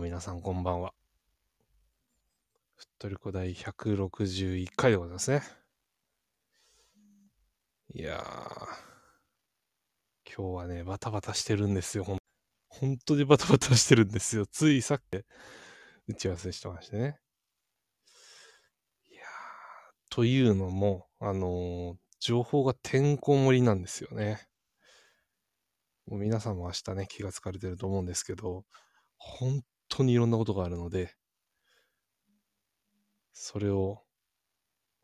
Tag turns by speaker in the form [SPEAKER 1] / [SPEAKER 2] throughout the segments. [SPEAKER 1] 皆さんこんばんは。ふっとりこ第161回でございますね。いやー、今日はね、バタバタしてるんですよ。ほん本当にバタバタしてるんですよ。ついさっき打ち合わせしてましてね。いやー、というのも、あのー情報がてんこ盛りなんですよね。もう皆さんも明日ね、気がつかれてると思うんですけど、本当にいろんなことがあるので、それを、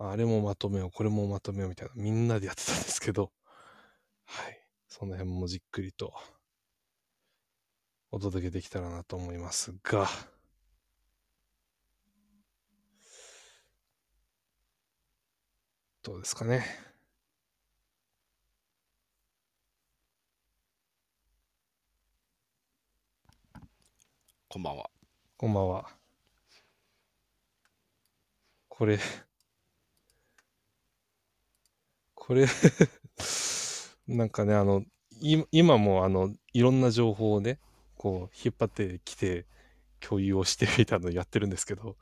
[SPEAKER 1] あれもまとめよう、これもまとめようみたいな、みんなでやってたんですけど、はい。その辺もじっくりと、お届けできたらなと思いますが、どうですかね。
[SPEAKER 2] こんばんは。
[SPEAKER 1] こんばんは。これ、これ なんかね、あの、い今もあの、いろんな情報をね、こう、引っ張ってきて、共有をしてみたいなのやってるんですけど、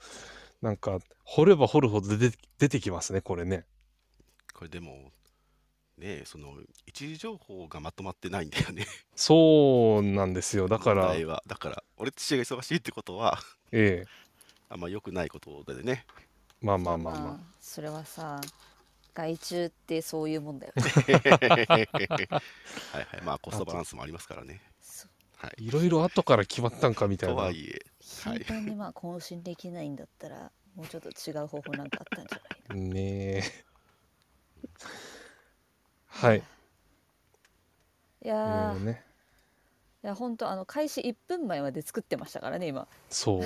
[SPEAKER 1] なんか、掘れば掘るほど出て出てきますね、これね。
[SPEAKER 2] これでも、ねえ、その、一時情報がまとまってないんだよね。
[SPEAKER 1] そうなんですよ。だから、
[SPEAKER 2] 問題
[SPEAKER 1] え
[SPEAKER 2] は。だから、俺たちが忙しいってことは、
[SPEAKER 1] え、
[SPEAKER 2] あんま良くないことだよ ね。
[SPEAKER 1] まあまあまあまあ。
[SPEAKER 3] それはさ害虫ってそういうもん だよ
[SPEAKER 2] はいはい。まあ、コストバランスもありますからね。
[SPEAKER 3] そう
[SPEAKER 2] はい。
[SPEAKER 1] いろいろ後から決まったんかみたい
[SPEAKER 2] とは
[SPEAKER 1] な。
[SPEAKER 2] いえ、は
[SPEAKER 3] 頻
[SPEAKER 2] い
[SPEAKER 3] 繁にまあ更新できないんだったらもうちょっと違う方法なんかあったんじゃないの
[SPEAKER 1] ねえ。はい。
[SPEAKER 3] い
[SPEAKER 1] いろい
[SPEAKER 3] や
[SPEAKER 1] ろ
[SPEAKER 3] ー、
[SPEAKER 1] ね。
[SPEAKER 3] いや本当あの開始1分前まで作ってましたからね今
[SPEAKER 1] そう。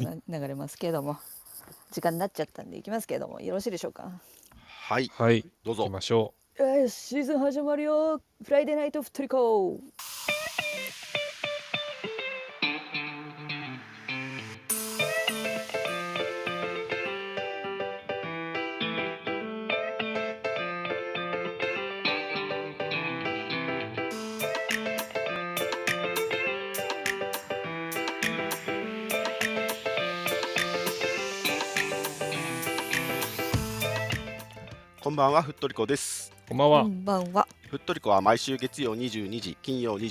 [SPEAKER 3] また流れますけれども時間になっちゃったんでいきますけれどもよろしいでしょうか
[SPEAKER 2] はい。
[SPEAKER 1] はい。
[SPEAKER 2] ど
[SPEAKER 1] 行
[SPEAKER 2] う
[SPEAKER 1] き
[SPEAKER 2] ぞ。
[SPEAKER 1] ましょ
[SPEAKER 3] よしシーズン始まるよフライデーナイト太りこ
[SPEAKER 2] こんばんは、ふっとりこです。
[SPEAKER 1] う。こんばん
[SPEAKER 3] こ
[SPEAKER 1] は。
[SPEAKER 3] んばんは
[SPEAKER 2] ふっとりこは毎週月曜22時、金曜22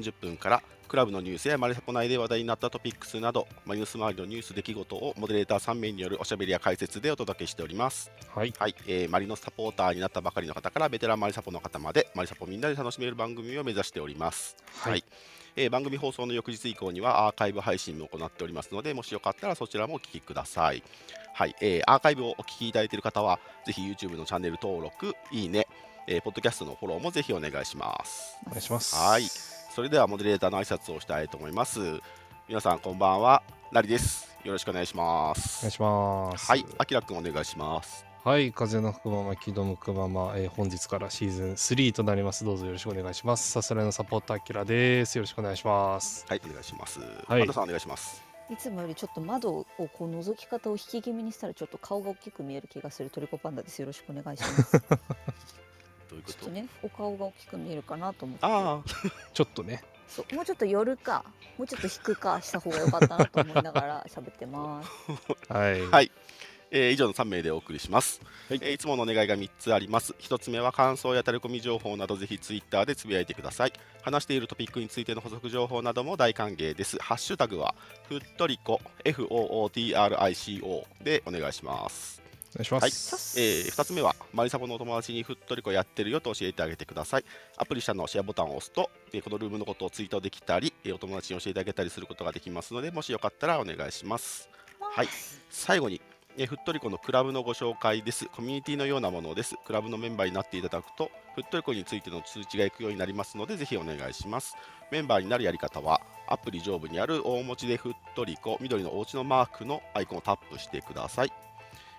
[SPEAKER 2] 時30分から、クラブのニュースやマリサポ内で話題になったトピックスなど、マリノス周りのニュース出来事をモデレーター3名によるおしゃべりや解説でお届けしております。
[SPEAKER 1] はい。
[SPEAKER 2] はい、えーマリノスサポーターになったばかりの方からベテランマリサポの方までマリサポみんなで楽しめる番組を目指しております。
[SPEAKER 1] はい
[SPEAKER 2] えー番組放送の翌日以降にはアーカイブ配信も行っておりますのでもしよかったらそちらもお聞きください。はい、えーアーカイブをお聞きいただいている方はぜひ YouTube のチャンネル登録、いいね、えーポッドキャストのフォローもぜひお願いします。
[SPEAKER 1] お願いします。
[SPEAKER 2] はいそれではモデレーターの挨拶をしたいと思います。皆さんこんばんは、ラリです。よろしくお願いしま
[SPEAKER 1] お願い
[SPEAKER 2] す。
[SPEAKER 1] します。
[SPEAKER 2] はい、あきらくんお願いします。
[SPEAKER 1] はい。風の吹くまま、木戸向くまま、えー本日からシーズン3となります。どうぞよろしくお願いします。さすらいのサポーター、あきらです。よろしくお願いします。
[SPEAKER 2] はい、お願いします。
[SPEAKER 1] い
[SPEAKER 2] 神田さんお願いします。
[SPEAKER 3] いつもよりちょっと窓をこう覗き方を引き気味にしたらちょっと顔が大きく見える気がするトリコパンダですよろしくお願いしますちょ
[SPEAKER 2] どういうこ
[SPEAKER 3] っとねお顔が大きく見えるかなと思って
[SPEAKER 2] あ
[SPEAKER 1] ちょっとね。
[SPEAKER 3] そうもうちょっと寄るかもうちょっと引くかした方が良かったなと思いながら喋ってます
[SPEAKER 1] はい。
[SPEAKER 2] はいあ、えー以上の3名でお送りします、
[SPEAKER 1] はい
[SPEAKER 2] えーいつものお願いが3つあります1つ目は感想やタレコミ情報などぜひツイッターでつぶやいてください話しているトピックについての補足情報なども大歓迎ですハッシュタグはふっとりこ FOOTRICO でお願いします、
[SPEAKER 1] お願いします。
[SPEAKER 2] え2つ目はマリサボのお友達にふっとりこやってるよと教えてあげてくださいアプリ下のシェアボタンを押すと、えーこのルームのことをツイートできたり、えーお友達に教えてあげたりすることができますのでもしよかったらお願いしますはい最後にえーふっとりこのクラブのご紹介です。コミュニティのようなものです。クラブのメンバーになっていただくと、ふっとりこについての通知がいくようになりますので、ぜひお願いします。メンバーになるやり方は、アプリ上部にある大文字でふっとりこ、緑のおうちのマークのアイコンをタップしてください。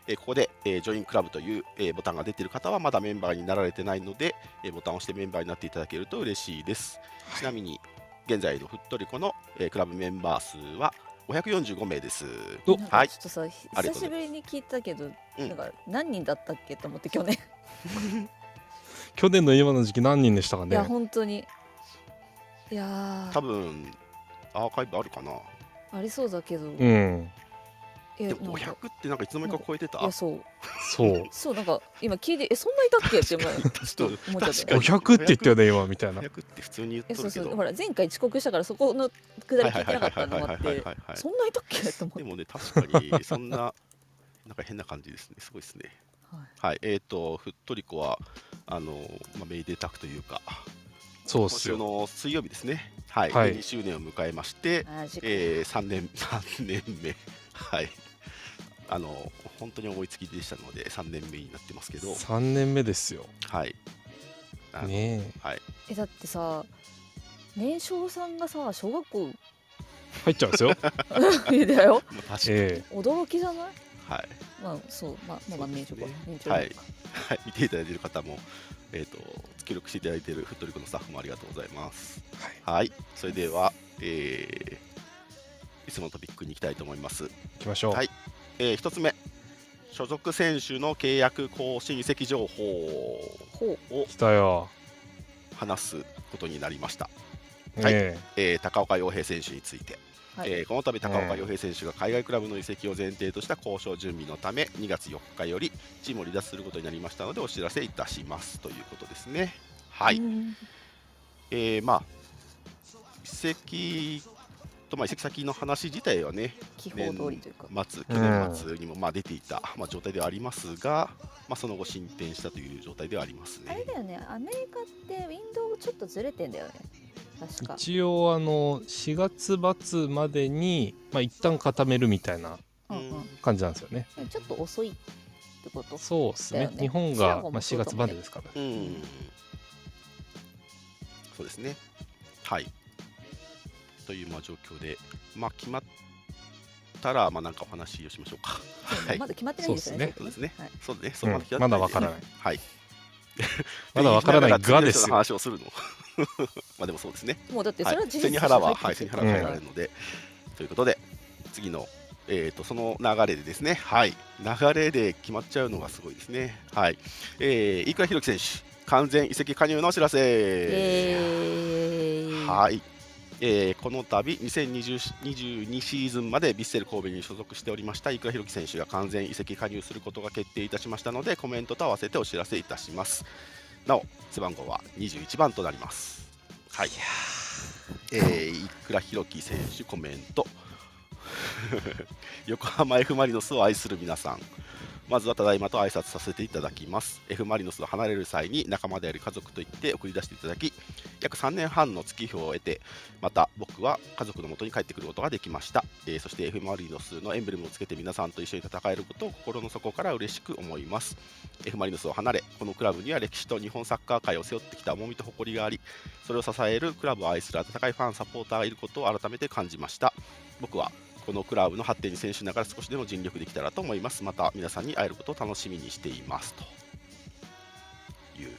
[SPEAKER 2] えーここで、えジョインクラブという、えーボタンが出ている方は、まだメンバーになられてないので、えーボタンを押してメンバーになっていただけると嬉しいです。ちなみに、現在のふっとりこの、えークラブメンバー数は545名です。
[SPEAKER 1] お
[SPEAKER 3] なん
[SPEAKER 2] は
[SPEAKER 3] か
[SPEAKER 2] い
[SPEAKER 3] ちょっとさ、ひ
[SPEAKER 2] ありが
[SPEAKER 3] 久
[SPEAKER 2] とうございます
[SPEAKER 3] しぶりに聞いたけど、
[SPEAKER 2] うん
[SPEAKER 3] なんか何人だったっけと思って去年、
[SPEAKER 1] 去年の今の時期何人でしたか
[SPEAKER 3] い
[SPEAKER 1] ね
[SPEAKER 3] や。本当にいやー
[SPEAKER 2] 多分アーカイブあるかな
[SPEAKER 3] ありそうだけど、
[SPEAKER 1] う
[SPEAKER 3] い
[SPEAKER 1] ん。
[SPEAKER 3] や
[SPEAKER 2] で
[SPEAKER 3] なんか
[SPEAKER 2] も500ってなんかいつの間にか超えてた
[SPEAKER 3] いやそう
[SPEAKER 1] そう。
[SPEAKER 3] そうなんか今聞いてえそんないたっけって今ちょっと思っちゃっ
[SPEAKER 2] 確
[SPEAKER 3] て
[SPEAKER 2] かに
[SPEAKER 1] 500って言ったよね、今、みたいな。
[SPEAKER 2] 500って普通に言っ
[SPEAKER 3] え
[SPEAKER 2] と
[SPEAKER 3] そう
[SPEAKER 2] るけ
[SPEAKER 3] そう
[SPEAKER 2] ど
[SPEAKER 3] ほら前回遅刻したからそこのくだり聞いてなかったのもあって
[SPEAKER 2] はい
[SPEAKER 3] そんないたっけって思っ
[SPEAKER 2] で
[SPEAKER 3] て
[SPEAKER 2] もね確かにそんな なんか変な感じですねすごいですね
[SPEAKER 3] はい
[SPEAKER 2] はいえっ、とふっとりこはあのまあメイデータクというか
[SPEAKER 1] そうっ
[SPEAKER 2] 今
[SPEAKER 1] す
[SPEAKER 2] 週
[SPEAKER 1] よ。
[SPEAKER 2] の水曜日ですねはい、
[SPEAKER 1] はい
[SPEAKER 2] 2周年を迎えまして、
[SPEAKER 3] あー時間
[SPEAKER 2] えー、3年 3年目はいあの本当に思いつきでしたので3年目になってますけど
[SPEAKER 1] 3年目ですよ。
[SPEAKER 2] はいあの
[SPEAKER 1] ねえ。
[SPEAKER 3] えだってさ年少さんがさ小学校
[SPEAKER 1] 入っちゃうんですよ。
[SPEAKER 3] だよ
[SPEAKER 2] まあ確 かに、
[SPEAKER 1] え
[SPEAKER 3] 驚きじゃない
[SPEAKER 2] はい
[SPEAKER 3] まあそうまあまあま
[SPEAKER 2] そう
[SPEAKER 3] あ
[SPEAKER 2] です
[SPEAKER 3] 名称
[SPEAKER 2] ね
[SPEAKER 3] か名称か
[SPEAKER 2] はいはい、見ていただいている方も、えー、と協力していただいているフットリコのスタッフもありがとうございます。はい、それでは、えーいつものトピックに行きたいと思います。
[SPEAKER 1] え。行きましょう。
[SPEAKER 2] はいえ1つ目、所属選手の契約更新移籍情報
[SPEAKER 3] ほう
[SPEAKER 2] を
[SPEAKER 1] 来たよ。
[SPEAKER 2] 話すことになりました、はい
[SPEAKER 1] え
[SPEAKER 2] えー高岡洋平選手について。
[SPEAKER 3] はい、
[SPEAKER 2] えーこの度高岡洋平選手が海外クラブの移籍を前提とした交渉準備のため2月4日よりチームを離脱することになりましたのでお知らせいたしますということですね。はい、
[SPEAKER 3] うん
[SPEAKER 2] えーまあ移籍と、まあ、移籍先の話自体はね
[SPEAKER 3] 記法通りというか、
[SPEAKER 2] 末去年末にもまあ出ていた、まあ、状態ではありますが、まあ、その後進展したという状態ではあります
[SPEAKER 3] あれ
[SPEAKER 2] ね。
[SPEAKER 3] だよねアメリカってウィンドウちょっとずれてんだよね確か
[SPEAKER 1] 一応あの4月末までに、まあ、一旦固めるみたいな
[SPEAKER 3] うんうん
[SPEAKER 1] 感じなんですよね。
[SPEAKER 3] ちょっと遅いってこと
[SPEAKER 1] そうです
[SPEAKER 3] だ
[SPEAKER 1] ね
[SPEAKER 3] よね
[SPEAKER 1] 日本
[SPEAKER 3] シア
[SPEAKER 1] が、
[SPEAKER 3] ゴ
[SPEAKER 1] まあ、
[SPEAKER 3] もそ
[SPEAKER 1] 4
[SPEAKER 3] うだもん
[SPEAKER 1] 月まで
[SPEAKER 3] ね
[SPEAKER 1] ですから、
[SPEAKER 2] うん、そうですね。はい。というまあ状況で、まあ、決まったら、まあ、なんかお話をしましょうか。はい
[SPEAKER 3] ま。だ決まってないんですよね
[SPEAKER 2] そうですね
[SPEAKER 3] はい。
[SPEAKER 2] そうだね。
[SPEAKER 1] う
[SPEAKER 2] そ
[SPEAKER 1] ん
[SPEAKER 2] う決
[SPEAKER 1] ま
[SPEAKER 2] って
[SPEAKER 1] だわからない
[SPEAKER 2] はい。
[SPEAKER 1] まだわからないがですよ
[SPEAKER 2] って言いながら次の人の話をするの。 まあでもそうですね。
[SPEAKER 3] もうだってそれは事
[SPEAKER 2] 背
[SPEAKER 3] 実
[SPEAKER 2] に
[SPEAKER 3] に
[SPEAKER 2] 腹は、はい、背に腹は
[SPEAKER 1] うん
[SPEAKER 2] 変えられるので、ということで、次の、えー、とその流れでですね、はい、流れで決まっちゃうのがすごいですね。はい、えー、飯倉宏樹選手、完全移籍加入のお知らせ。
[SPEAKER 3] えー、
[SPEAKER 2] はい、えーこの度2022シーズンまでヴィッセル神戸に所属しておりました生倉宏樹選手が完全移籍加入することが決定いたしましたのでコメントと合わせてお知らせいたしますなお背番号は21番となりますはいえー、生倉宏樹選手コメント 横浜 F ・マリノスを愛する皆さんまずはただいまと挨拶させていただきます F ・マリノスを離れる際に仲間である家族と言って送り出していただき約3年半の月日を得てまた僕は家族の元に帰ってくることができました、えーそして F ・マリノスのエンブレムをつけて皆さんと一緒に戦えることを心の底から嬉しく思います F ・マリノスを離れこのクラブには歴史と日本サッカー界を背負ってきた重みと誇りがありそれを支えるクラブを愛する温かいファンサポーターがいることを改めて感じました僕はこのクラブの発展に選手ながら少しでも尽力できたらと思いますまた皆さんに会えることを楽しみにしていますという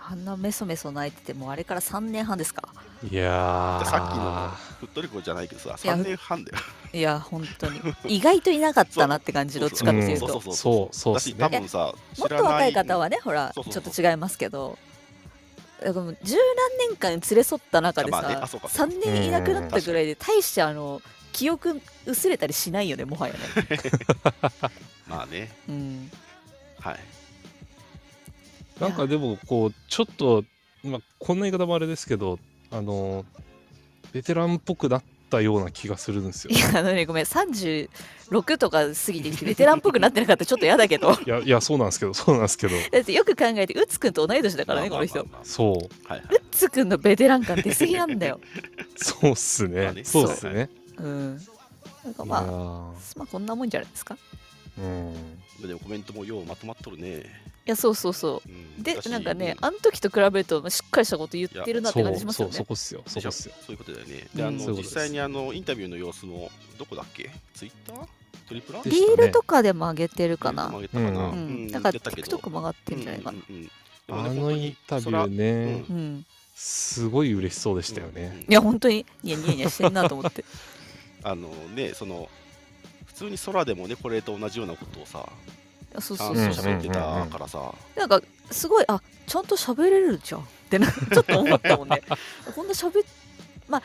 [SPEAKER 3] あんなメソメソ泣いててもうあれから3年半ですか
[SPEAKER 1] いやー
[SPEAKER 2] さっきのフットリコじゃないけどさ
[SPEAKER 3] いや
[SPEAKER 2] 3年半だよ
[SPEAKER 3] いや本当に意外といなかったなって感じど
[SPEAKER 2] そう
[SPEAKER 3] っちかっていうと、
[SPEAKER 2] そう
[SPEAKER 1] うんそうそうっす
[SPEAKER 2] 私
[SPEAKER 1] ね
[SPEAKER 2] 多分さ
[SPEAKER 3] もっ
[SPEAKER 2] 知
[SPEAKER 3] と
[SPEAKER 2] らな
[SPEAKER 3] 若
[SPEAKER 2] い
[SPEAKER 3] い方はねほら
[SPEAKER 2] そうそう
[SPEAKER 3] ち
[SPEAKER 2] そ
[SPEAKER 3] ょ
[SPEAKER 2] う
[SPEAKER 3] っと違いますけどだからもう十何年間連れ添った中で
[SPEAKER 2] まあね
[SPEAKER 3] さ、
[SPEAKER 2] あそうか
[SPEAKER 3] 三3年いなくなったぐらいで大してあの記憶薄れたりしないよねも はやね、
[SPEAKER 2] まあね
[SPEAKER 3] うん、
[SPEAKER 2] はい
[SPEAKER 1] なんかでもこうちょっと、まあ、こんな言い方もあれですけどあのベテランっぽくなったような気がするんです よ
[SPEAKER 3] いやあのねごめん36とか過ぎてきてベテランっぽくなってなかったらちょっと嫌だけど
[SPEAKER 1] いやいやそうなんですけどそうなんですけど
[SPEAKER 3] だってよく考えてウッツくんと同い年だからね
[SPEAKER 2] ま
[SPEAKER 3] こ
[SPEAKER 2] あ
[SPEAKER 3] の人ウ
[SPEAKER 2] まあまあ
[SPEAKER 1] そう
[SPEAKER 2] まあはいはい
[SPEAKER 3] ッツくんのベテラン感出過ぎなんだよ、
[SPEAKER 1] そうっす
[SPEAKER 2] まあ
[SPEAKER 1] ね
[SPEAKER 2] ね
[SPEAKER 1] そうっすね
[SPEAKER 3] うん、なんか
[SPEAKER 1] い
[SPEAKER 3] ま
[SPEAKER 1] や
[SPEAKER 3] あまあこんなもんじゃないですかい
[SPEAKER 1] ーうん
[SPEAKER 2] でもコメントもようまとまっとるね、
[SPEAKER 3] やそうそうそう
[SPEAKER 2] うん
[SPEAKER 3] で
[SPEAKER 2] だし
[SPEAKER 3] なんかね
[SPEAKER 2] うん
[SPEAKER 3] あの時と比べるとしっかりしたこと言ってるなっ
[SPEAKER 1] そ
[SPEAKER 3] て感じし
[SPEAKER 1] う
[SPEAKER 3] ます
[SPEAKER 1] そ
[SPEAKER 3] よ
[SPEAKER 1] うそ
[SPEAKER 3] ね
[SPEAKER 1] こっすよそこっすよ
[SPEAKER 2] そういうことだよねであ
[SPEAKER 3] うん
[SPEAKER 2] の
[SPEAKER 1] そういうこと
[SPEAKER 2] 実
[SPEAKER 1] です
[SPEAKER 2] 際にあのインタビューの様子もどこだっけツイッタートリプラ
[SPEAKER 1] で
[SPEAKER 3] リ
[SPEAKER 1] したね
[SPEAKER 3] ールとかでも上げてるかな、
[SPEAKER 2] 上げたかな
[SPEAKER 1] う
[SPEAKER 3] う
[SPEAKER 1] た
[SPEAKER 3] ん、だから
[SPEAKER 2] やったけど
[SPEAKER 3] TikTok も上がってるんじゃないかな
[SPEAKER 2] うんうんうんでもね
[SPEAKER 1] あ
[SPEAKER 2] 本
[SPEAKER 1] の
[SPEAKER 2] 当
[SPEAKER 1] イ
[SPEAKER 2] に
[SPEAKER 1] ンタビ
[SPEAKER 2] そ
[SPEAKER 1] ュ
[SPEAKER 2] ら
[SPEAKER 1] ーね
[SPEAKER 3] うん、
[SPEAKER 1] すごい嬉しそうでしたよね、
[SPEAKER 2] うん
[SPEAKER 3] いや本当にニヤニヤニヤしてんなと思って
[SPEAKER 2] あのねその普通に空でもねこれと同じようなことをさ
[SPEAKER 3] そう
[SPEAKER 2] ちゃ
[SPEAKER 3] そ
[SPEAKER 2] ん
[SPEAKER 3] う
[SPEAKER 2] と
[SPEAKER 3] そう、
[SPEAKER 2] 喋ってたからさ
[SPEAKER 3] なんかすごいあ ちゃんと喋れるじゃんってなちょっと思ったもんねこんな喋っまあ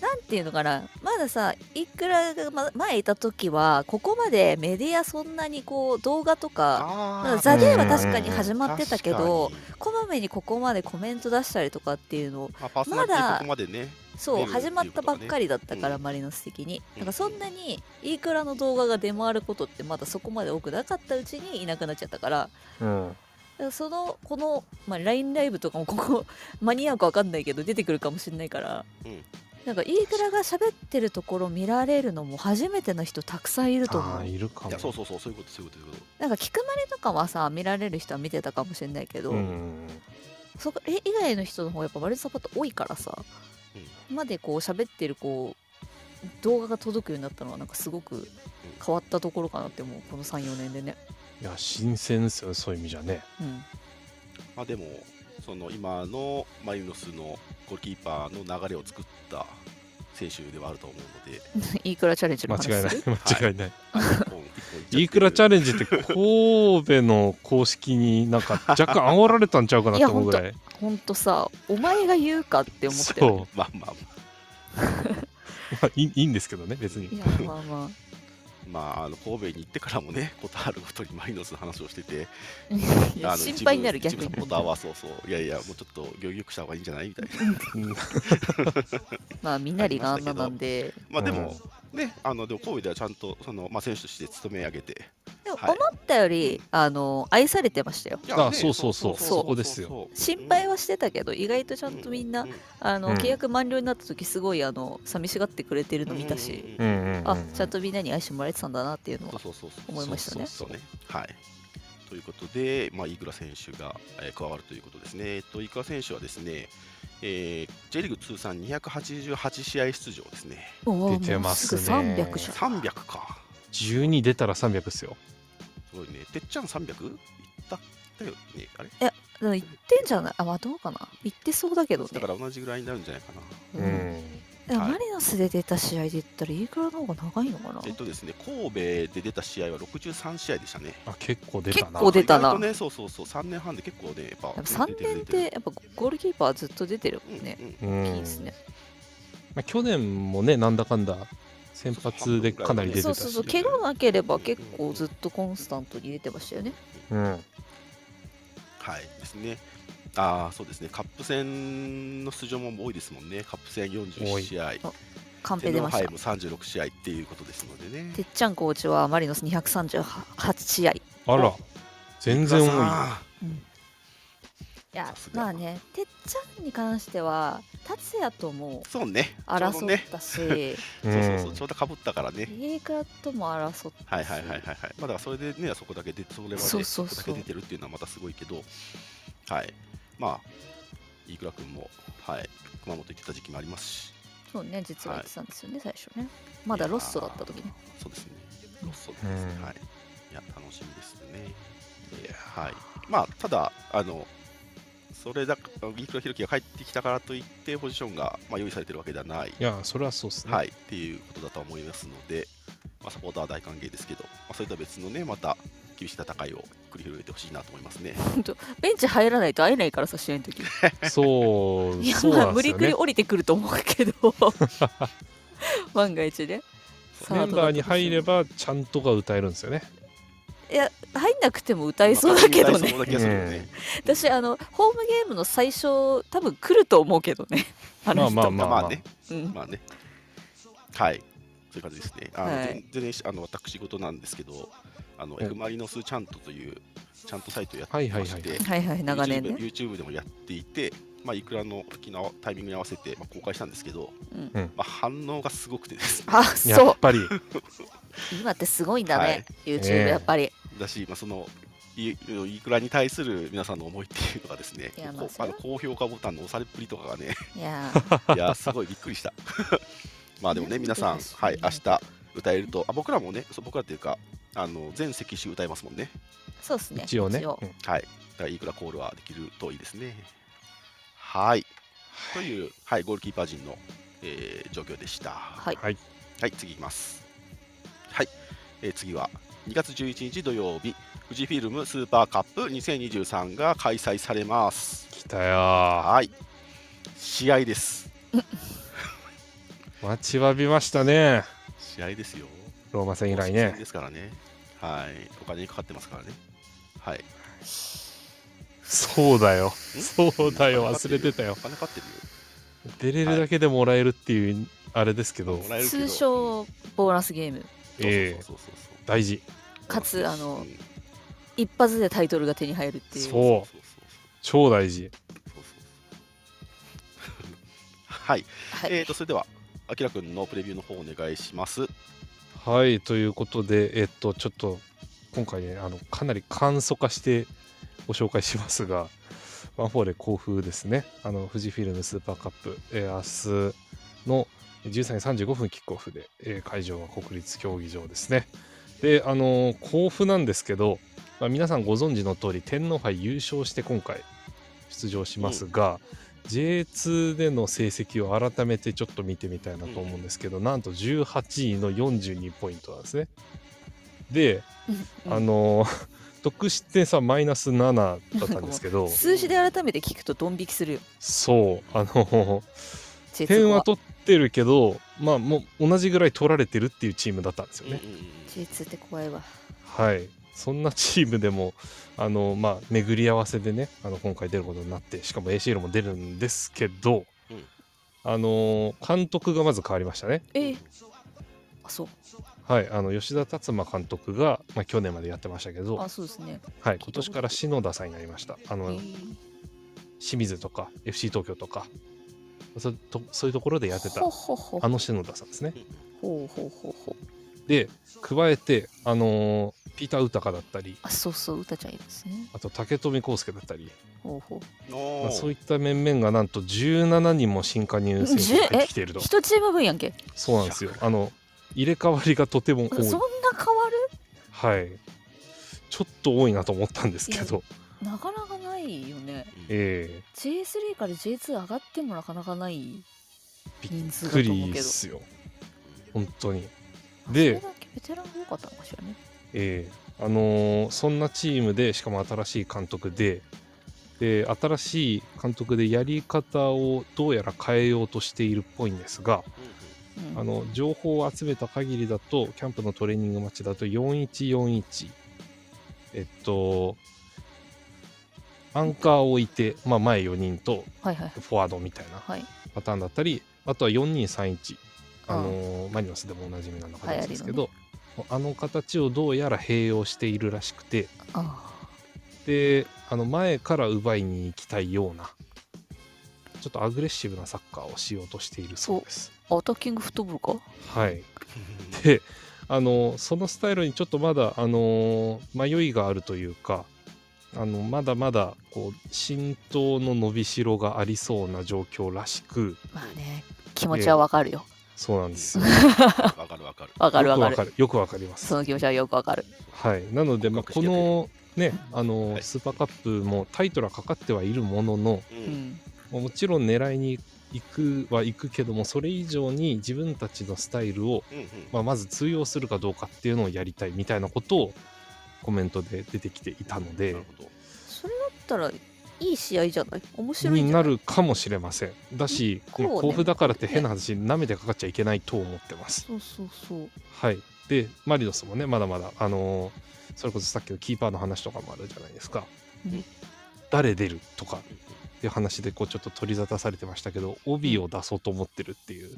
[SPEAKER 3] なんていうのかなまださいくらがま前いた時はここまでメディアそんなにこう動画とかま
[SPEAKER 2] あ
[SPEAKER 3] だ
[SPEAKER 2] ー
[SPEAKER 3] ザ・デイは
[SPEAKER 1] うん
[SPEAKER 3] 確かに始まってたけど
[SPEAKER 2] 確かに
[SPEAKER 3] こまめにここまでコメント出したりとかっていうのを
[SPEAKER 2] まあ、パーソナリテ
[SPEAKER 3] ま
[SPEAKER 2] ィ
[SPEAKER 3] だ
[SPEAKER 2] ここまでね、
[SPEAKER 3] そう
[SPEAKER 2] 出るってい
[SPEAKER 3] 始
[SPEAKER 2] う
[SPEAKER 3] まったばっかりだったから、
[SPEAKER 2] うん
[SPEAKER 3] マリノス的に
[SPEAKER 2] うん
[SPEAKER 3] なんかそんなにいくらの動画が出回ることってまだそこまで多くなかったうちにいなくなっちゃったから
[SPEAKER 1] うん。
[SPEAKER 3] だからそのこの、まあ、LINE ライブとかもこ こ間に合うか分かんないけど出てくるかもしれないから、
[SPEAKER 2] うん
[SPEAKER 3] なんかイークラが喋ってるところ見られるのも初めての人たくさんいると思
[SPEAKER 1] ああ、
[SPEAKER 3] う
[SPEAKER 1] いるか
[SPEAKER 2] い
[SPEAKER 1] も。
[SPEAKER 2] やそうそうそうそういうことそういうことそういうこ
[SPEAKER 3] なんか聞くまりとかはさ見られる人は見てたかもしれないけど、
[SPEAKER 1] うん。
[SPEAKER 3] それ以外の人の方がやっぱマリノスサポート多いからさ、までこう喋ってるこう動画が届くようになったのはなんかすごく変わったところかなって思うこの34年でね
[SPEAKER 1] いや、新鮮ですよね、そういう意味じゃね。
[SPEAKER 3] うん
[SPEAKER 2] とまあでもその今のマリノスのゴールキーパーの流れを作った選手ではあると思うので
[SPEAKER 3] いくらチャレンジの
[SPEAKER 1] 間
[SPEAKER 3] 話
[SPEAKER 1] 違いない。 間違いない。
[SPEAKER 2] あの一本一本いっちゃってる
[SPEAKER 1] いくらチャレンジって神戸の公式になん か若干煽られたんちゃうかなって思うぐらい。
[SPEAKER 3] ほんとさお前が言うかって思って
[SPEAKER 1] そう。
[SPEAKER 2] まあまあ
[SPEAKER 1] まあいいいいんですけどね、別に。
[SPEAKER 3] いやま あま
[SPEAKER 2] まあ、あの神戸に行ってからもね、ことあるごとにマリノスの話をしてて、
[SPEAKER 3] あい
[SPEAKER 2] あ
[SPEAKER 3] や
[SPEAKER 2] の
[SPEAKER 3] 心配になる
[SPEAKER 2] 一
[SPEAKER 3] 逆
[SPEAKER 2] 部
[SPEAKER 3] に
[SPEAKER 2] 一部のことはそうそう、いやいや、もうちょっと行儀よくした方がいいんじゃないみたいな。
[SPEAKER 1] うん
[SPEAKER 3] まあみなりがあんななんで
[SPEAKER 2] まあでも、ね、あのでも神戸ではちゃんとその、まあ、選手として勤め上げて、
[SPEAKER 3] でも
[SPEAKER 2] はい
[SPEAKER 3] 思ったよりあの愛されてましたよ
[SPEAKER 2] いや
[SPEAKER 1] あそうそうそう
[SPEAKER 3] そうそ
[SPEAKER 1] こですよ
[SPEAKER 3] 心配
[SPEAKER 2] は
[SPEAKER 3] はしてたけど意外とちゃんとみんなあ
[SPEAKER 1] うん
[SPEAKER 3] の契約満了になった時すごいあの寂しがってくれてるの見たし、
[SPEAKER 1] うんうんうん
[SPEAKER 3] あちゃんとみんなに愛してもらえてたんだなっていうのは
[SPEAKER 2] そうそうそうそう
[SPEAKER 3] 思いましたね
[SPEAKER 2] そうそうそうはいということで、まあ、イーグラ選手が、えー加わるということですね。えっとイーグラ選手はですね、えー、J リーグ通算288試合出場ですね。
[SPEAKER 3] おー
[SPEAKER 1] 出てますね
[SPEAKER 3] もうぐ300じゃん
[SPEAKER 2] 300か。
[SPEAKER 1] 12出たら300ですよ。
[SPEAKER 2] すごいね。てっちゃん 300? いったったよね。あれ
[SPEAKER 3] うん言ってんじゃないあまあどうかな言ってそうだけどね
[SPEAKER 2] だから同じぐらいになるんじゃないかな。
[SPEAKER 1] う
[SPEAKER 3] うん
[SPEAKER 1] ん。
[SPEAKER 3] でも
[SPEAKER 2] はい
[SPEAKER 3] マリノスで出た試合で言ったらイーグラの方が長いのかな
[SPEAKER 2] えっとですね、神戸で出た試合は63試合でしたね。
[SPEAKER 1] あ、結構出たな。
[SPEAKER 3] 結構出たな
[SPEAKER 2] 意外とね、そうそうそう、3年半で結構ね、やっぱ
[SPEAKER 3] やっぱ3年ってやっぱゴールキーパーずっと出てるもんね、
[SPEAKER 2] うんうん
[SPEAKER 1] うん
[SPEAKER 3] 大きいですね
[SPEAKER 1] まあ、去年もね、なんだかんだ先発でかなり出て
[SPEAKER 3] そ
[SPEAKER 1] た
[SPEAKER 3] うそう
[SPEAKER 1] し
[SPEAKER 3] そう。怪我なければ結構ずっとコンスタントに出てましたよね
[SPEAKER 1] うん。
[SPEAKER 2] はいですね。ああ、そうですね、カップ戦の出場も多いですもんね、カップ戦
[SPEAKER 1] 多
[SPEAKER 2] 41
[SPEAKER 1] い
[SPEAKER 2] 試合、
[SPEAKER 3] カンペ
[SPEAKER 2] 天
[SPEAKER 3] 出
[SPEAKER 2] 皇
[SPEAKER 3] まし
[SPEAKER 2] 杯
[SPEAKER 3] た
[SPEAKER 2] も36試合っていうことですのでね。
[SPEAKER 3] てっちゃんコーチはマリノス238試合い
[SPEAKER 1] あら、全然
[SPEAKER 2] いく
[SPEAKER 1] 多
[SPEAKER 2] ら
[SPEAKER 3] や
[SPEAKER 2] さすが
[SPEAKER 3] まあねてっちゃんに関しては達也とも
[SPEAKER 2] さんそうね、ちょうど
[SPEAKER 3] 争っ
[SPEAKER 2] ね、
[SPEAKER 3] たし、
[SPEAKER 1] い。
[SPEAKER 2] そうそうそう、ち
[SPEAKER 1] ん
[SPEAKER 2] ょうどかぶったからね。
[SPEAKER 3] イーグラとも争ったし、
[SPEAKER 2] はいはいはいはいはい、まあ、だからそれでね、そこだけで、それはね、
[SPEAKER 3] そうそうそう
[SPEAKER 2] こだけ出てるっていうのはまたすごいけど、はい、まあ、飯倉君も、はい、熊本行ってた時期もありますし、
[SPEAKER 3] そうね、実は言ってたんですよね、最初ね。まだロッソだった時ね。
[SPEAKER 2] いやー。そうですね、ロッソですね、
[SPEAKER 1] うん
[SPEAKER 2] はい、いや、楽しみですね。はい、まあ、ただ、あの、それだ、飯倉弘樹が帰ってきたからといって、ポジションが、まあ、用意されてるわけではない
[SPEAKER 1] いや、それはそうっすね。
[SPEAKER 2] はい、っていうことだと思いますので、まあ、サポーターは大歓迎ですけど、まあ、それとは別のね、また厳しい戦いを繰り広げてほしいなと思いますね。
[SPEAKER 3] ベンチ入らないと会えないからさ、試合の時。い
[SPEAKER 1] そう、
[SPEAKER 3] や、
[SPEAKER 1] そう
[SPEAKER 3] ま
[SPEAKER 1] な
[SPEAKER 3] あ、
[SPEAKER 1] ん
[SPEAKER 3] 無
[SPEAKER 1] です
[SPEAKER 3] 理
[SPEAKER 1] よ
[SPEAKER 3] くり
[SPEAKER 1] ね。
[SPEAKER 3] 降りてくると思うけど、万が一ね。サ
[SPEAKER 1] メン
[SPEAKER 3] ド
[SPEAKER 1] バー
[SPEAKER 3] だったとしても
[SPEAKER 1] に入れば、ちゃんとが歌えるんですよね。
[SPEAKER 3] いや、入んなくても歌えそうだけど
[SPEAKER 2] 大
[SPEAKER 3] ね。
[SPEAKER 2] そうな気がするよね。
[SPEAKER 3] 私、あの、ホームゲームの最初、多分来ると思うけどね。あの人。
[SPEAKER 1] まあ
[SPEAKER 2] まあまあね、
[SPEAKER 3] うん
[SPEAKER 2] まあね。はい、そういう感じですね。あの
[SPEAKER 3] はい
[SPEAKER 2] 全全然あの私事なんですけど、あの
[SPEAKER 1] はい
[SPEAKER 2] エクマリノスチャントというチャントサイトをやって
[SPEAKER 1] はいは
[SPEAKER 2] ま
[SPEAKER 1] い
[SPEAKER 2] して、
[SPEAKER 1] はい
[SPEAKER 2] YouTube,
[SPEAKER 3] はいはい、長年ね。
[SPEAKER 2] YouTube でもやっていて、まあ、いくらの時のタイミングに合わせて、まあ、公開したんですけど、
[SPEAKER 3] うん
[SPEAKER 2] まあ、反応がすごくてですね
[SPEAKER 3] あ、
[SPEAKER 1] や
[SPEAKER 3] そ
[SPEAKER 1] っぱり。
[SPEAKER 3] う。今ってすごいんだ
[SPEAKER 2] は
[SPEAKER 3] ね
[SPEAKER 2] い、
[SPEAKER 1] え
[SPEAKER 3] YouTube、
[SPEAKER 1] え
[SPEAKER 3] やっぱり。
[SPEAKER 2] だし、まあ、そのいいくらに対する皆さんの思いっていうのがですね
[SPEAKER 3] いやまあ
[SPEAKER 2] こう
[SPEAKER 3] そ
[SPEAKER 2] あ
[SPEAKER 3] れ
[SPEAKER 2] の
[SPEAKER 3] は
[SPEAKER 2] 高評価ボタンの押されっぷりとかがね
[SPEAKER 3] いや
[SPEAKER 2] いやすごいびっくりした まあでもね皆さん、はい、明日歌えるとあ僕らもねそう僕らっていうかあの全席種歌えますもんね
[SPEAKER 3] そうっす ね。
[SPEAKER 1] 一応ね。うん
[SPEAKER 2] はいだからいくらコールはできるといいですねはいという、はい、ゴールキーパー陣の、えー状況でした
[SPEAKER 3] はい。
[SPEAKER 1] はい。
[SPEAKER 2] はい、次いきます。はい、えー次は2月11日土曜日、富士フィルムスーパーカップ2023が開催されます。
[SPEAKER 1] 来たよー。
[SPEAKER 2] はい、試合です。
[SPEAKER 1] 待ちわびましたね。
[SPEAKER 2] 試合ですよ。
[SPEAKER 1] ローマ戦以来
[SPEAKER 2] 公式戦
[SPEAKER 1] ね
[SPEAKER 2] で。すからね。はい。お金にかかってますからね。はい。
[SPEAKER 1] そうだよ。
[SPEAKER 2] ん
[SPEAKER 1] そうだよ。忘れてたよ
[SPEAKER 2] お。金かかってるよ。
[SPEAKER 1] 出れるだけでもらえるっていう、あれですけど、
[SPEAKER 2] もらえるけど
[SPEAKER 3] 通称ボーナスゲーム
[SPEAKER 1] ええ
[SPEAKER 2] そうそうそうそう
[SPEAKER 1] 大事。
[SPEAKER 3] かつあの
[SPEAKER 2] うん
[SPEAKER 3] 一発でタイトルが手に入るっていう
[SPEAKER 1] そう超大事。
[SPEAKER 2] そうそう そうはい、
[SPEAKER 3] はい
[SPEAKER 2] えーとそれではあきらくんのプレビューの方お願いします
[SPEAKER 1] はい、ということで、えっと、ちょっと、今回ね、あの、かなり簡素化してご紹介しますが、 ワンフォーレ甲府ですね、あの、富士フィルムスーパーカップ、えー明日の13時35分キックオフで、えー会場は国立競技場ですね。で、あのー甲府なんですけど、まあ、皆さんご存知の通り、天皇杯優勝して今回出場しますが、J2 での成績を改めてちょっと見てみたいなと思うんですけど、なんと18位の42ポイントなんですね。で、
[SPEAKER 3] うん
[SPEAKER 1] あの ー得失点差マイナス7だったんですけ ど、
[SPEAKER 3] 数字で改めて聞くとドン引きするよ
[SPEAKER 1] そう、あのー
[SPEAKER 3] チェツ
[SPEAKER 1] 点
[SPEAKER 3] ゴ
[SPEAKER 1] は
[SPEAKER 3] は
[SPEAKER 1] 取ってるけど、まあ、もう同じぐらい取られてるっていうチームだったんですよね。
[SPEAKER 2] うんうんうん
[SPEAKER 3] J2 って怖いわ
[SPEAKER 1] はい、そんなチームでもあの、まあ、巡り合わせでねあの今回出ることになってしかも ACL も出るんですけど、
[SPEAKER 2] うん
[SPEAKER 1] あの監督がまず変わりましたね、
[SPEAKER 3] えあそう
[SPEAKER 1] はい、あの吉田達馬監督が、まあ、去年までやってましたけど、
[SPEAKER 3] あそうですね
[SPEAKER 1] はい、今年から篠田さんになりましたあの
[SPEAKER 3] へえ
[SPEAKER 1] 清水とか FC 東京とかそとそういうところでやってた
[SPEAKER 3] ほほほ
[SPEAKER 1] あの篠田さんですね。
[SPEAKER 3] ほうほうほうほう
[SPEAKER 1] で加えて、あのピーター・ウタカだったり
[SPEAKER 3] あそうそううたちゃんいいですね
[SPEAKER 1] あと竹富康介だったり
[SPEAKER 3] ほうほう
[SPEAKER 2] おー
[SPEAKER 1] まあ、そういった面々がなんと17人も新加入選手が入ってきていると
[SPEAKER 3] 一チーム分やんけ
[SPEAKER 1] そうなんですよあの入れ替わりがとても
[SPEAKER 3] そ
[SPEAKER 1] 多
[SPEAKER 3] んない変わる
[SPEAKER 1] はいちょっと多いなと思ったんですけど
[SPEAKER 3] なかなかないよね
[SPEAKER 1] え
[SPEAKER 3] J3 から J2 上がってもなかなかない
[SPEAKER 1] えび
[SPEAKER 3] 人数
[SPEAKER 1] っ
[SPEAKER 3] だ
[SPEAKER 1] く
[SPEAKER 3] と思う
[SPEAKER 1] り
[SPEAKER 3] け
[SPEAKER 1] で
[SPEAKER 3] ど
[SPEAKER 1] すよ本当に
[SPEAKER 3] そ
[SPEAKER 1] で
[SPEAKER 3] れだけベテランが多かったのかしらね
[SPEAKER 1] ええあのーそんなチームでしかも新しい監督でで新しい監督でやり方をどうやら変えようとしているっぽいんですが
[SPEAKER 2] うんうん
[SPEAKER 3] うん
[SPEAKER 1] あの情報を集めた限りだと、キャンプのトレーニングマッチだと4141、えっと、アンカーを置いて、まあ、前4人と
[SPEAKER 3] はいはい
[SPEAKER 1] フォワードみたいな
[SPEAKER 3] はい
[SPEAKER 1] パターンだったり、あとは4231、あ
[SPEAKER 3] あ
[SPEAKER 1] のマリノスでもおなじみなのかなんですけ
[SPEAKER 3] 流
[SPEAKER 1] ど、あの形をどうやら併用しているらしくて、
[SPEAKER 3] あ
[SPEAKER 1] で、あの前から奪いに行きたいような、ちょっとアグレッシブなサッカーをしようとしているそうです。
[SPEAKER 3] ーアタッキングフットボールか
[SPEAKER 1] はいであのそのスタイルにちょっとまだあの迷いがあるというかあのまだまだこう浸透の伸びしろがありそうな状況らしく
[SPEAKER 3] まあね気持ちはわかるよ
[SPEAKER 1] そうなんですよ。
[SPEAKER 2] わかるわかる
[SPEAKER 3] わかるわかる
[SPEAKER 1] よくわかるよくわかります
[SPEAKER 3] そ。の気持ちはよくわかる
[SPEAKER 1] はい、なので、まあ、この、ねあの
[SPEAKER 2] はい
[SPEAKER 1] スーパーカップもタイトルはかかってはいるものの
[SPEAKER 2] う
[SPEAKER 3] うんん
[SPEAKER 1] もうもちろん狙いに行くは行くけどもそれ以上に自分たちのスタイルを
[SPEAKER 2] うんうん
[SPEAKER 1] まあ、まず通用するかどうかっていうのをやりたいみたいなことをコメントで出てきていたので
[SPEAKER 2] なるほど
[SPEAKER 3] それだったらいい試合じゃない面白い
[SPEAKER 1] に
[SPEAKER 3] んじゃ
[SPEAKER 1] ないるかもしれませんだし、
[SPEAKER 3] うん
[SPEAKER 1] まあ
[SPEAKER 3] こうね
[SPEAKER 1] 甲府だからって変な話舐めてかかっちゃいけないと思ってます
[SPEAKER 3] そうそうそう
[SPEAKER 1] はいでマリノスもねまだまだあのーそれこそさっきのキーパーの話とかもあるじゃないですか、
[SPEAKER 3] ね
[SPEAKER 1] 誰出るとかっていう話でこうちょっと取り沙汰されてましたけど帯を出そうと思ってるっていう、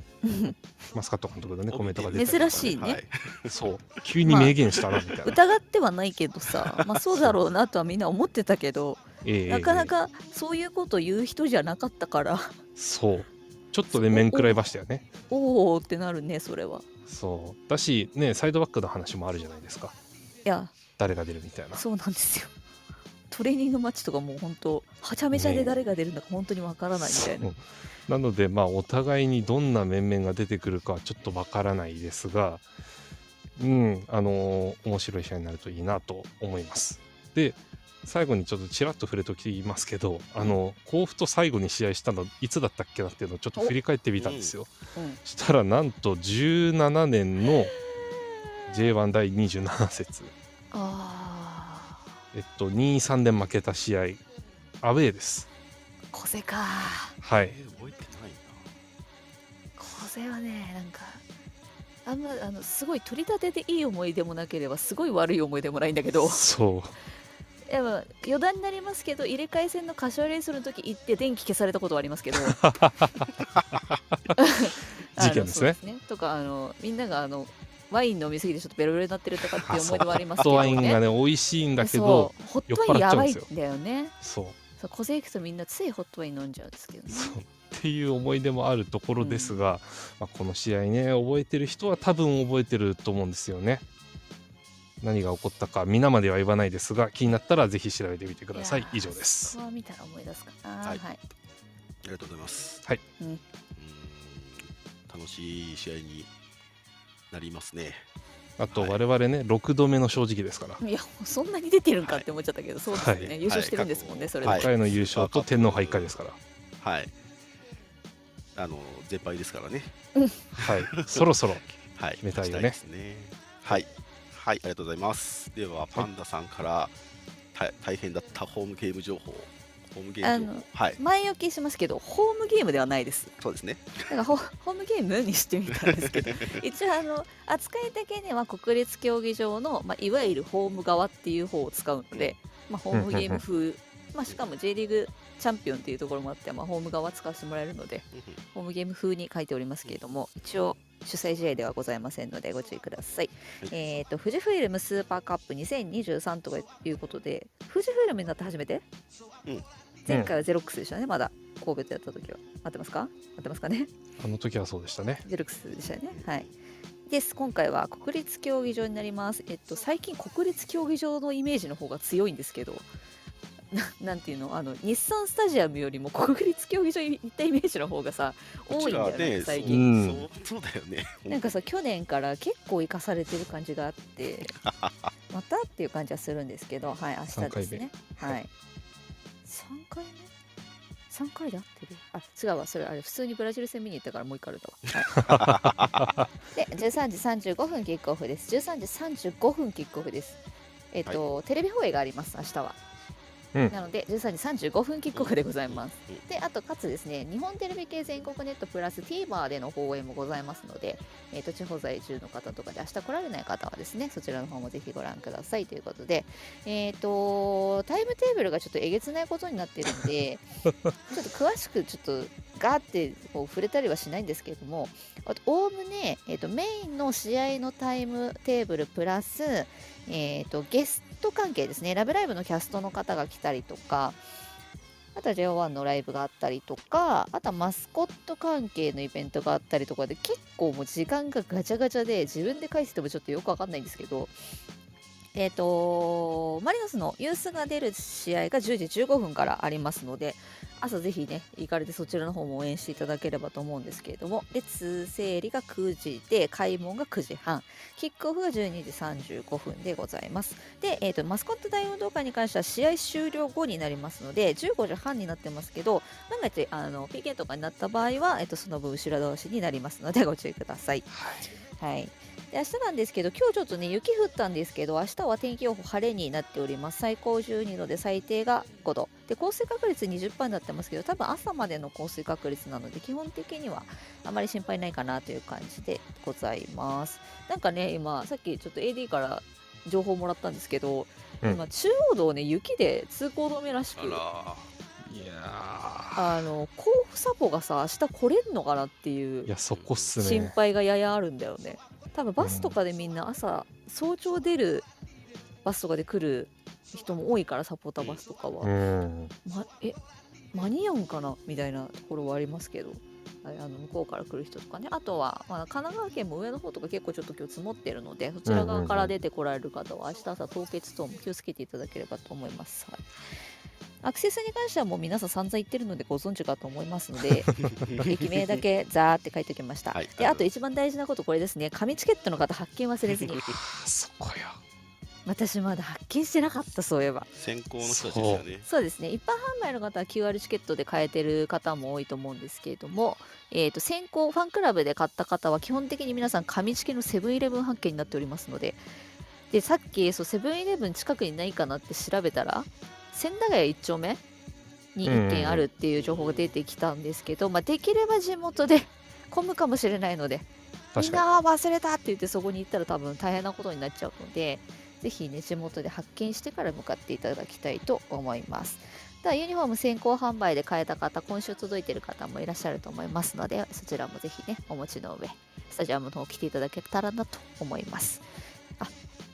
[SPEAKER 1] マスカット監督のねコメントが出て
[SPEAKER 3] たりとか珍しいね
[SPEAKER 2] はい
[SPEAKER 1] そう急に明言したなみたいな、
[SPEAKER 3] 疑ってはないけど さまあそうだろうなとはみんな思ってたけど
[SPEAKER 1] ええ
[SPEAKER 3] なかなかそういうこと言う人じゃなかったから
[SPEAKER 1] そうちょっとね面食らいましたよね
[SPEAKER 3] おおってなるねそれは
[SPEAKER 1] そうだしねサイドバックの話もあるじゃないですか
[SPEAKER 3] いや
[SPEAKER 1] 誰が出るみたいな
[SPEAKER 3] そうなんですよトレーニングマッチとかもう本当はちゃめちゃで誰が出るのか本当にわからないみたいな、
[SPEAKER 1] そうなのでまあお互いにどんな面々が出てくるかはちょっとわからないですがうんあのー面白い試合になるといいなと思いますで最後にちょっとちらっと触れときますけどあの甲府と最後に試合したのいつだったっけなっていうのをちょっと振り返ってみたんですよ、
[SPEAKER 3] うん
[SPEAKER 1] したらなんと17年の J1 第27節
[SPEAKER 3] あ
[SPEAKER 1] えっと、2-3で負けた試合、アウェーです。
[SPEAKER 3] ー小瀬か
[SPEAKER 1] はい。
[SPEAKER 2] えー覚えてないな
[SPEAKER 3] 小性はねなんかあんまあのすごい取り立てていい思い出もなければすごい悪い思い出もないんだけど
[SPEAKER 1] そ
[SPEAKER 3] いやまあ余談になりますけど入れ替え戦の柏レースの時行って電気消されたことはありますけどあの
[SPEAKER 1] 事件ですね
[SPEAKER 3] そうとかあのみんながあのワイン飲みすぎてちょっとベロベロになってるとかっていう思い出はありま
[SPEAKER 1] う。
[SPEAKER 3] す
[SPEAKER 1] ホット
[SPEAKER 3] けど
[SPEAKER 1] ワ
[SPEAKER 3] ね
[SPEAKER 1] インがね、美味しいんだけど、
[SPEAKER 3] そうホットワインやばいんだよね
[SPEAKER 1] そう。
[SPEAKER 3] そう小勢行くとみんなついホットワイン飲んじゃうんですけどね
[SPEAKER 1] そうっていう思い出もあるところですが、まあ、この試合ね覚えてる人は多分覚えてると思うんですよね何が起こったか皆までは言わないですが気になったらぜひ調べてみてください
[SPEAKER 3] やー
[SPEAKER 1] 以上で
[SPEAKER 3] そ
[SPEAKER 1] す
[SPEAKER 3] こは見たら思い出すかなは、
[SPEAKER 2] はいいりがとうございます。
[SPEAKER 1] はい
[SPEAKER 3] うん
[SPEAKER 2] うーん楽しい試合になりますね。
[SPEAKER 1] あと
[SPEAKER 2] はい
[SPEAKER 1] 我々ね、6度目の正直ですから
[SPEAKER 3] い、やそんなに出てるんかって思っちゃったけど、そうですよね、
[SPEAKER 1] は
[SPEAKER 3] 優勝してるんですもんね、
[SPEAKER 2] はい
[SPEAKER 3] それで、
[SPEAKER 2] は
[SPEAKER 1] 5
[SPEAKER 2] い
[SPEAKER 1] 回の優勝と天皇杯1回ですから、
[SPEAKER 2] はい。あの絶敗ですからね。
[SPEAKER 1] はい、そろそろ
[SPEAKER 2] はい。
[SPEAKER 1] 決めたいよね
[SPEAKER 2] 勝ちですね。はい。はい、ありがとうございます。ではパンダさんからた大変だったホームゲーム情報、ホームゲーム情
[SPEAKER 3] あ
[SPEAKER 2] 報、
[SPEAKER 3] の
[SPEAKER 2] はい、
[SPEAKER 3] 前置きしますけどホームゲームではないです
[SPEAKER 2] そうですね。
[SPEAKER 3] なんかホホームゲームにしてみたんで すけど一応あの扱いだけには国立競技場の、まあ、いわゆるホーム側っていう方を使うので、まあ、ホームゲーム風、まあ、しかも J リーグチャンピオンっていうところもあって、まあ、ホーム側使わせてもらえるので
[SPEAKER 2] うんうん
[SPEAKER 3] ホームゲーム風に書いておりますけれども一応主催試合ではございませんのでご注意ください、
[SPEAKER 2] はい
[SPEAKER 3] えっ、と富士フイルムスーパーカップ2023とかいうことで富士フイルムになって初めて、
[SPEAKER 2] うん
[SPEAKER 3] 前回はゼロックスでしたねまだ神戸とやった時は合ってますか合ってますかね
[SPEAKER 1] あの時はそうでしたね
[SPEAKER 3] ゼロックスでしたよね。はい。です。今回は国立競技場になります。えっと最近国立競技場のイメージの方が強いんですけど、な なんていうのあの日産スタジアムよりも国立競技場に行ったイメージの方がさ多いんだよね
[SPEAKER 2] こちら
[SPEAKER 3] 最
[SPEAKER 1] う
[SPEAKER 3] 近。
[SPEAKER 1] ん
[SPEAKER 2] そうそうだよね。
[SPEAKER 3] なんかさ去年から結構生かされてる感じがあって またっていう感じはするんですけどはい明日ですね
[SPEAKER 1] 回目
[SPEAKER 3] はい3回目三回で合ってるあ違うわそれあれ普通にブラジル戦見に行ったからもう一回あるだわ、は い、で13時35分キックオフです13時35分キックオフですえっ、と、テレビ放映があります明日は、
[SPEAKER 1] うん
[SPEAKER 3] なので13時35分キックオフでございます
[SPEAKER 2] うん。うん
[SPEAKER 3] であとかつですね日本テレビ系全国ネットプラス TVer での放映もございますので、えー、と地方在住の方とかで明日来られない方はですねそちらの方もぜひご覧くださいということで、えー、とタイムテーブルがちょっとえげつないことになってるんでちょっと詳しくちょっとガーってこう触れたりはしないんですけれどもあとおおむね、えー、とメインの試合のタイムテーブルプラス、えー、とゲスト関係ですね「ラブライブ!」のキャストの方が来たりとかあとは JO1 のライブがあったりとかあとはマスコット関係のイベントがあったりとかで結構もう時間がガチャガチャで自分で返しててもちょっとよくわかんないんですけどえっ、とマリノスのユースが出る試合が10時15分からありますので朝ぜひね行かれてそちらの方も応援していただければと思うんですけれども列整理が9時で開門が9時半キックオフが12時35分でございますで、えー、とマスコット大運動会に関しては試合終了後になりますので15時半になってますけど万が一あの PK とかになった場合は、えー、とその分後ろ倒しになりますのでご注意ください。はいで明日なんですけど今日ちょっとね雪降ったんですけど明日は天気予報晴れになっております最高12度で最低が5度で降水確率20%になってますけど多分朝までの降水確率なので基本的にはあまり心配ないかなという感じでございますなんかね今さっきちょっと AD から情報もらったんですけど、
[SPEAKER 1] うん
[SPEAKER 3] 今中央道ね雪で通行止めらしく
[SPEAKER 2] あ
[SPEAKER 1] い や
[SPEAKER 3] あの甲府サポがさ明日来れんのかなっていう
[SPEAKER 1] ーいやそこっす
[SPEAKER 3] 心
[SPEAKER 1] ね
[SPEAKER 3] 配がややあるんだよね多分バスとかでみんな朝、早朝出るバスとかで来る人も多いからサポーターバスとかは、
[SPEAKER 1] うん
[SPEAKER 3] ま、え間に合うんかなみたいなところはありますけどはいあの向こうから来る人とかねあとは、まあ、神奈川県も上の方とか結構ちょっと今日積もってるのでそちら側から出てこられる方は明日朝凍結等も気をつけていただければと思います、はいアクセスに関してはもう皆さん散々言ってるのでご存知かと思いますので駅名だけざーって書いておきました、
[SPEAKER 2] はい
[SPEAKER 3] であと一番大事なことこれですね紙チケットの方発見忘れずに
[SPEAKER 1] あそこよ
[SPEAKER 3] 私まだ発見してなかったそういえば
[SPEAKER 2] 先行の人たちですよね。
[SPEAKER 3] そうですね一般販売の方は QR チケットで買えてる方も多いと思うんですけれども、えー、と先行ファンクラブで買った方は基本的に皆さん紙チケのセブンイレブン発見になっておりますのででさっきそうセブンイレブン近くにないかなって調べたら千駄ヶ谷1丁目に1軒あるっていう情報が出てきたんですけど、まあ、できれば地元で 混むかもしれないのでみ
[SPEAKER 1] 確
[SPEAKER 3] ん
[SPEAKER 1] か
[SPEAKER 3] な忘れたって言ってそこに行ったら多分大変なことになっちゃうのでぜひね地元で発見してから向かっていただきたいと思いますではユニフォーム先行販売で買えた方今週届いてる方もいらっしゃると思いますのでそちらもぜひねお持ちの上スタジアムの方来ていただけたらなと思いますあ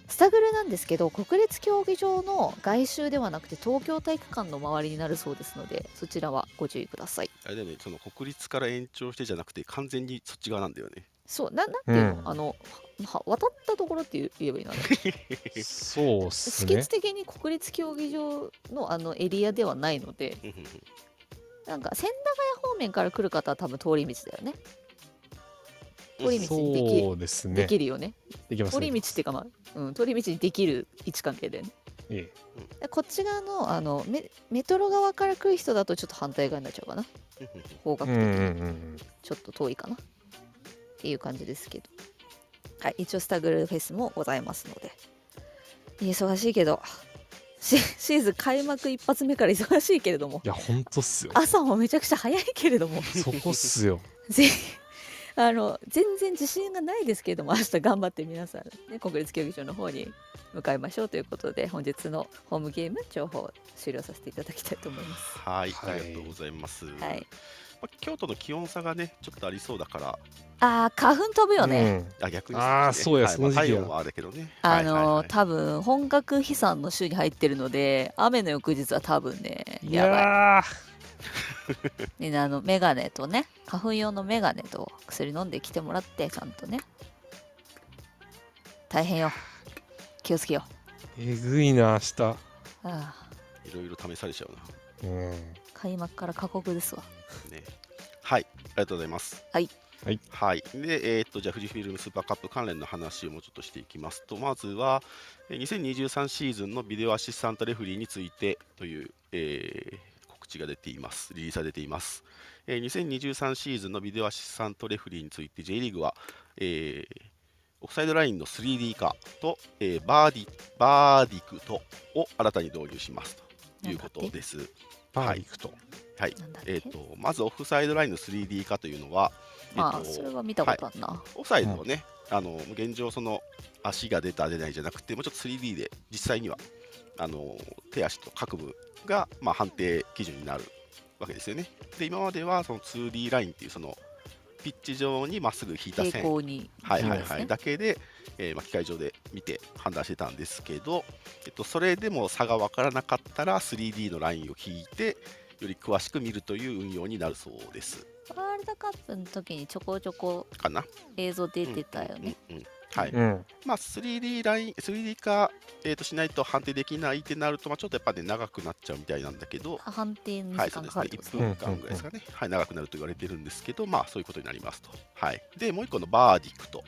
[SPEAKER 3] スタグルなんですけど国立競技場の外周ではなくて東京体育館の周りになるそうですのでそちらはご注意ください
[SPEAKER 2] あれだよねその国立から延長してじゃなくて完全にそっち側なんだよね
[SPEAKER 3] そうななんていうの、
[SPEAKER 1] うん
[SPEAKER 3] あのは渡ったところって言えばいいのかな
[SPEAKER 1] に。そうっす
[SPEAKER 3] 敷
[SPEAKER 1] ね
[SPEAKER 3] 地。的に国立競技場のあのエリアではないので
[SPEAKER 2] うんうんうん
[SPEAKER 3] なんか千駄ヶ谷方面から来る方は多分通り道だよね通り道にでき,、
[SPEAKER 1] そうです
[SPEAKER 3] で
[SPEAKER 1] ね。
[SPEAKER 3] きるよね
[SPEAKER 1] できます
[SPEAKER 3] 通
[SPEAKER 1] ね
[SPEAKER 3] り道っていうかまあ、うん、通り道にできる位置関係で、ね、
[SPEAKER 1] ええ
[SPEAKER 3] でこっち側のあのメメトロ側から来る人だとちょっと反対側になっちゃうかな
[SPEAKER 2] うんうんうん
[SPEAKER 3] 方角
[SPEAKER 1] うん
[SPEAKER 3] 的
[SPEAKER 1] う
[SPEAKER 3] に、
[SPEAKER 1] んうん。
[SPEAKER 3] ちょっと遠いかなっていう感じですけど、はい、一応スタグルフェスもございますので忙しいけどシシーズン開幕一発目から忙しいけれども
[SPEAKER 1] いや、ほんとっ すよ。
[SPEAKER 3] 朝もめちゃくちゃ早いけれども
[SPEAKER 1] そこっすよ。
[SPEAKER 3] ぜひあの全然自信がないですけれども明日頑張って皆さん、ね、国立競技場の方に向かいましょうということで本日のホームゲーム情報を終了させていただきたいと思います。
[SPEAKER 2] はい、
[SPEAKER 1] はい
[SPEAKER 2] ありがとうございます、
[SPEAKER 3] は
[SPEAKER 2] ま
[SPEAKER 3] い、
[SPEAKER 2] あ、京都の気温差がねちょっとありそうだから
[SPEAKER 3] あー花粉飛ぶよね、
[SPEAKER 1] うん。
[SPEAKER 2] あ逆に
[SPEAKER 1] あーそうや
[SPEAKER 2] はい
[SPEAKER 1] その時期
[SPEAKER 2] まあ
[SPEAKER 1] や
[SPEAKER 2] 体温はあれだけどね
[SPEAKER 3] あの
[SPEAKER 2] は
[SPEAKER 3] ー
[SPEAKER 2] いはいはい
[SPEAKER 3] 多分本格飛散の週に入ってるので雨の翌日は多分ね
[SPEAKER 1] い
[SPEAKER 3] やばい
[SPEAKER 1] や
[SPEAKER 3] みんなあのメガネとね花粉用のメガネと薬飲んできてもらってちゃんとね大変よ気をつけよ
[SPEAKER 1] ー、えぐいな、明日。
[SPEAKER 3] うああ
[SPEAKER 2] いろいろ試されちゃうな
[SPEAKER 1] うん。
[SPEAKER 3] 開幕から過酷ですわ
[SPEAKER 2] ね。はい、ありがとうございます。
[SPEAKER 3] はい。
[SPEAKER 1] はい。
[SPEAKER 2] で、えーっと、じゃあ、富士フィルムスーパーカップ関連の話をもうちょっとしていきますと、まずは、えー2023シーズンのビデオアシスタントレフリーについてという、えー告知が出ています。リリースが出ています。えー2023シーズンのビデオアシスタントレフリーについて、J リーグは、えーオフサイドラインの 3D 化と、えーバーディバーディクトを新たに導入しますということです。
[SPEAKER 1] バー行くと。
[SPEAKER 2] はい、
[SPEAKER 3] なんだっけ
[SPEAKER 2] えー、とまずオフサイドラインの 3D 化というのは、え
[SPEAKER 3] ま
[SPEAKER 2] ー
[SPEAKER 3] あ
[SPEAKER 2] と
[SPEAKER 3] それは見たことあるな、
[SPEAKER 2] オフサイドをね、あの現状その足が出た出ないじゃなくてもうちょっと 3D で実際にはあの手足と各部が、まあ、判定基準になるわけですよねで今まではその 2D ラインっていうそのピッチ上にまっすぐ引いた
[SPEAKER 3] 傾
[SPEAKER 2] 線
[SPEAKER 3] 向に
[SPEAKER 2] はいはい
[SPEAKER 3] です
[SPEAKER 2] は
[SPEAKER 3] ね
[SPEAKER 2] い、だけで、えーまあ、機械上で見て判断してたんですけど、えっと、それでも差が分からなかったら 3D のラインを引いてより詳しく見るという運用になるそうです
[SPEAKER 3] ワールドカップの時にちょこちょこ
[SPEAKER 2] かな。
[SPEAKER 3] 映像出てたよね、
[SPEAKER 2] うんうんうんはい
[SPEAKER 1] うん。
[SPEAKER 2] まあ、3D ライン 3D 化、えー、としないと判定できないってなると、まあ、ちょっとやっぱね長くなっちゃうみたいなんだけど、
[SPEAKER 3] 判定の
[SPEAKER 2] はい、そ
[SPEAKER 3] 時
[SPEAKER 2] う
[SPEAKER 3] 間
[SPEAKER 2] で
[SPEAKER 3] か
[SPEAKER 2] す
[SPEAKER 3] か
[SPEAKER 2] ね1
[SPEAKER 3] るってこと
[SPEAKER 2] 分
[SPEAKER 3] ね、
[SPEAKER 2] 間ぐらいですかね、はい、長くなると言われてるんですけど、まあ、そういうことになりますと、はい、でもう一個のバーディクト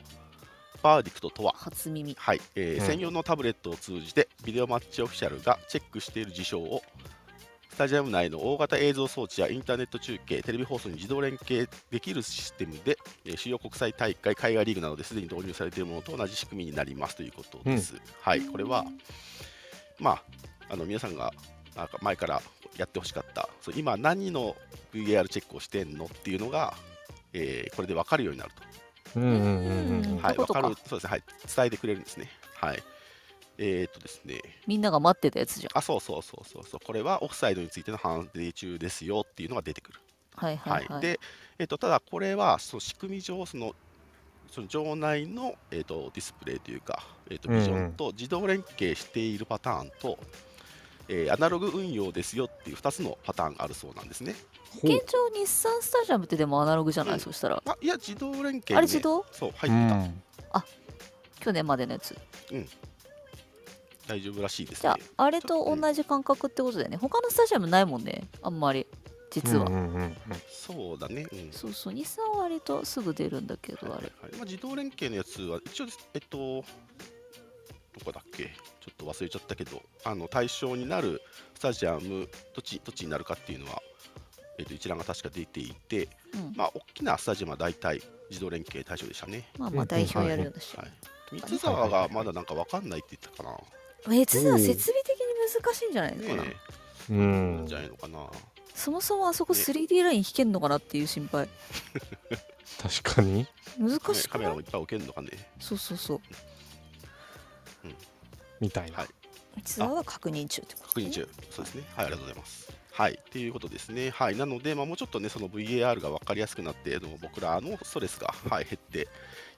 [SPEAKER 2] バーディクトとは、
[SPEAKER 3] 初耳
[SPEAKER 2] はいえー
[SPEAKER 1] うん
[SPEAKER 2] 専用のタブレットを通じてビデオマッチオフィシャルがチェックしている事象をスタジアム内の大型映像装置やインターネット中継テレビ放送に自動連携できるシステムで、えー主要国際大会海外リーグなどですでに導入されているものと同じ仕組みになりますということです。はい、これは、まあ、あの皆さんがなんか前からやってほしかったそう今何の VAR チェックをしてんのっていうのが、えーこれで分かるようになると。
[SPEAKER 1] うんうんうんうん。
[SPEAKER 2] はい、
[SPEAKER 3] どこ
[SPEAKER 2] わか
[SPEAKER 3] どこ
[SPEAKER 2] る、そうですね、はい、伝えてくれるんですね。はい。えー、っとですね、
[SPEAKER 3] みんなが待ってたやつじ
[SPEAKER 2] あ、そうそうそうそうそう、これはオフサイドについての判定中ですよっていうのが出てくる。
[SPEAKER 3] ゃんはい
[SPEAKER 2] は
[SPEAKER 3] はい
[SPEAKER 2] い、
[SPEAKER 3] はい、
[SPEAKER 2] で、えーっと、ただこれは、その仕組み上、その。その場内の、えーっとディスプレイというか、えーっと
[SPEAKER 1] うんうん
[SPEAKER 2] ビジョンと自動連携しているパターンと、えーアナログ運用ですよっていう2つのパターンがあるそうなんですね。
[SPEAKER 1] ほう
[SPEAKER 3] 現状日産スタジアムってでもアナログじゃない、
[SPEAKER 2] うん
[SPEAKER 3] そしたら
[SPEAKER 2] あいや、自動連携、ね、
[SPEAKER 3] あれ自動
[SPEAKER 2] そう、
[SPEAKER 1] う
[SPEAKER 2] 入ってた、
[SPEAKER 1] ん。
[SPEAKER 3] 去年までのやつ
[SPEAKER 2] 大丈夫らしいです
[SPEAKER 3] じゃ
[SPEAKER 2] ね
[SPEAKER 3] あ。あれと同じ感覚ってことだよね他のスタジアムないもんねあんまり実は、
[SPEAKER 1] うんうんうんうん。
[SPEAKER 2] そうだね、うん、
[SPEAKER 3] そうそう日産は割とすぐ出るんだけどあれ
[SPEAKER 2] はいまあ、自動連携のやつは一応ですえっとどこだっけちょっと忘れちゃったけどあの対象になるスタジアムどっちどっちになるかっていうのは、えっと、一覧が確か出ていて
[SPEAKER 3] うん
[SPEAKER 2] まあ大きなスタジアムは大体自動連携対象でしたね、
[SPEAKER 3] まあまあ代表やるようだし、
[SPEAKER 2] はい、三沢がまだなんか分かんないって言ったかな、
[SPEAKER 3] え実は設備的に難しいんじゃないのかな、
[SPEAKER 2] ね
[SPEAKER 1] うん
[SPEAKER 2] じゃないのかな
[SPEAKER 3] そもそもあそこ
[SPEAKER 2] ね
[SPEAKER 3] 3D ライン引けんのかなっていう心配
[SPEAKER 1] 確かに。
[SPEAKER 3] 難しく
[SPEAKER 2] ねカメ
[SPEAKER 3] な
[SPEAKER 2] ラ
[SPEAKER 3] い
[SPEAKER 2] もいっぱい置けるのかね。
[SPEAKER 3] そうそうそう
[SPEAKER 1] みたいな。
[SPEAKER 2] はい
[SPEAKER 3] ツアーは確認中ってこと
[SPEAKER 2] 確認中、そうですね。はい、ありがとうございます。はい、ということですね。はい、なので、まあ、もうちょっとね、その VAR が分かりやすくなって、あの僕らのストレスが、はい、減って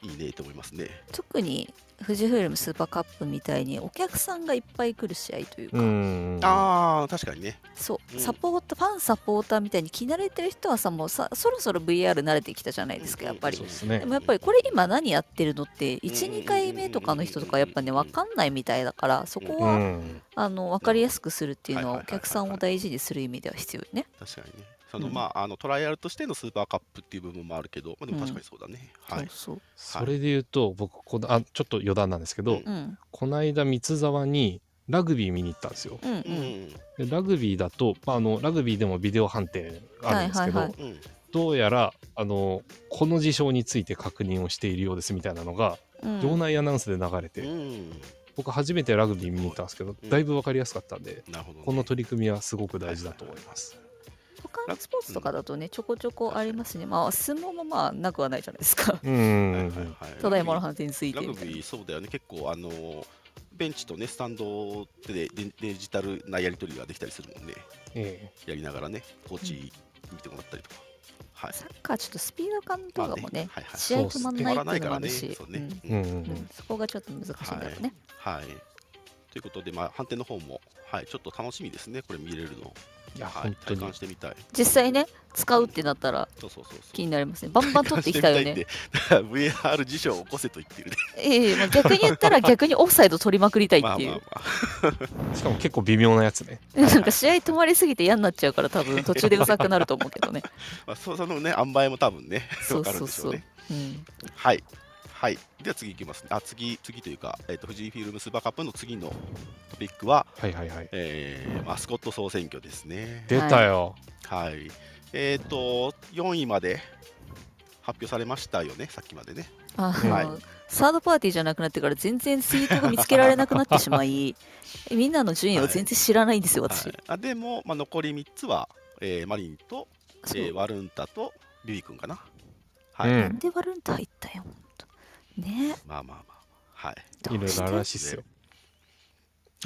[SPEAKER 2] いいねと思いますね。
[SPEAKER 3] 特に富士フイルムスーパーカップみたいにお客さんがいっぱい来る試合というか、
[SPEAKER 1] うん。
[SPEAKER 2] ああ、確かにね。
[SPEAKER 3] そう、
[SPEAKER 2] うん
[SPEAKER 3] サポーターファンサポーターみたいに着慣れてる人はさもうさそろそろ VR 慣れてきたじゃないですかやっぱり
[SPEAKER 1] そうですね
[SPEAKER 3] でもやっぱりこれ今何やってるのって12回目とかの人とかやっぱね
[SPEAKER 2] うん
[SPEAKER 3] 分かんないみたいだからそこ
[SPEAKER 1] う
[SPEAKER 3] は
[SPEAKER 1] ん。
[SPEAKER 3] あの分かりやすくするっていうの
[SPEAKER 2] はい
[SPEAKER 3] は
[SPEAKER 2] はいはいはい
[SPEAKER 3] お客さんを大事にする意味では必要よね。
[SPEAKER 2] 確かにね。その、
[SPEAKER 3] うん
[SPEAKER 2] まあ、あのトライアルとしてのスーパーカップっていう部分もあるけど、まあ、でも
[SPEAKER 3] うん
[SPEAKER 2] 確かにそうだね。はい。
[SPEAKER 3] そうそう
[SPEAKER 1] それで言うと、僕、この、あ、ちょっと余談なんですけ
[SPEAKER 2] う
[SPEAKER 1] ど
[SPEAKER 2] ん、
[SPEAKER 3] うん
[SPEAKER 1] この間、三沢にラグビー見に行ったんですよ。
[SPEAKER 3] うんう
[SPEAKER 2] うん
[SPEAKER 3] ん
[SPEAKER 1] でラグビーだと、まあ、あの、ラグビーでもビデオ判定あるんですけ
[SPEAKER 3] はいはい
[SPEAKER 1] ど
[SPEAKER 3] は、
[SPEAKER 2] うん。
[SPEAKER 1] どうやら、あの、この事象について確認をしているようですみたいなのが、
[SPEAKER 3] うん
[SPEAKER 1] 場内アナウンスで流れて、
[SPEAKER 2] うん。
[SPEAKER 1] 僕初めてラグビー見に行ったんですけど、
[SPEAKER 2] うん
[SPEAKER 1] だいぶ分かりやすかったんで、
[SPEAKER 2] なるほど、ね。
[SPEAKER 1] この取り組みはすごく大事だと思います。
[SPEAKER 3] 他のスポーツとかだとねちょこちょこありますねまあ相撲もまあなくはないじゃないですか
[SPEAKER 1] うん
[SPEAKER 2] は
[SPEAKER 1] う
[SPEAKER 2] い
[SPEAKER 1] ん
[SPEAKER 2] は
[SPEAKER 1] う
[SPEAKER 2] い
[SPEAKER 1] ん。
[SPEAKER 2] はい
[SPEAKER 3] ただいまの判定について
[SPEAKER 2] ラグ
[SPEAKER 3] みたいな
[SPEAKER 2] ビー、そうだよね、結構、あのーベンチとね、スタンドでデデジタルなやり取りができたりするもんね、
[SPEAKER 1] え
[SPEAKER 2] やりながらね、コーチ見てもらったりとか、はい、
[SPEAKER 3] サッカーちょっとスピード感とかもね
[SPEAKER 2] まあねはいはい
[SPEAKER 3] 試合止まんないっていうのもある
[SPEAKER 2] そうっ
[SPEAKER 3] し
[SPEAKER 2] すね
[SPEAKER 3] う
[SPEAKER 2] 止まらない
[SPEAKER 1] え
[SPEAKER 2] からね
[SPEAKER 3] ん
[SPEAKER 1] うんうんう
[SPEAKER 3] うんんそこがちょっと難しいんだろうね。
[SPEAKER 2] はい。ということで、まあ、判定の方も、はい、ちょっと楽しみですね、これ見れるの。
[SPEAKER 1] いや、
[SPEAKER 2] はい
[SPEAKER 1] 本、当
[SPEAKER 2] 体
[SPEAKER 1] に
[SPEAKER 2] 感。してみたい。
[SPEAKER 3] 実際ね使うってなったら
[SPEAKER 2] そうそうそうそう。
[SPEAKER 3] 気になりますねバ ンバン取ってきたよね
[SPEAKER 2] 体感してみたいって VR 辞書を起こせと言ってる ね。
[SPEAKER 3] ええまあ、逆に言った ら逆にオフサイド取りまくりたい
[SPEAKER 2] まあ
[SPEAKER 3] ってい
[SPEAKER 2] まあ
[SPEAKER 3] う、
[SPEAKER 2] ま
[SPEAKER 1] しかも結構微妙なやつね。
[SPEAKER 3] なんか試合止まりすぎて嫌になっちゃうから 多分途中でうざくなると思うけどね、
[SPEAKER 2] あ、まあ、そそのね、塩梅も多分ね、
[SPEAKER 3] そ
[SPEAKER 2] わ
[SPEAKER 3] う
[SPEAKER 2] かるん
[SPEAKER 3] そう
[SPEAKER 2] でしょ
[SPEAKER 3] そうう
[SPEAKER 2] ね。
[SPEAKER 3] うん、
[SPEAKER 2] はい。はい。では次いきますね。あ、次、次というか、えっ、と、富士フィルムスーパーカップの次のトピックは、
[SPEAKER 1] はいはいはい。
[SPEAKER 2] えーマスコット総選挙ですね。
[SPEAKER 1] 出たよ。
[SPEAKER 2] はい。えっ、と、4位まで発表されましたよね、さっきまでね。
[SPEAKER 3] あの、
[SPEAKER 2] はい
[SPEAKER 3] サードパーティーじゃなくなってから全然ツイートが見つけられなくなってし まいみんなの順位を全然知らないんですよ私、
[SPEAKER 2] はい、あでも、まあ、残り3つは、えーマリンと、
[SPEAKER 3] そう
[SPEAKER 2] えーワルンタとビビ君かな。はい。
[SPEAKER 1] う
[SPEAKER 3] なん
[SPEAKER 1] ん。
[SPEAKER 3] でワルンタ入ったよほんとね
[SPEAKER 2] まあまあまあ。はい。
[SPEAKER 3] ど
[SPEAKER 1] いろ
[SPEAKER 3] う
[SPEAKER 1] い
[SPEAKER 3] して
[SPEAKER 1] ろあるらしいっすよ。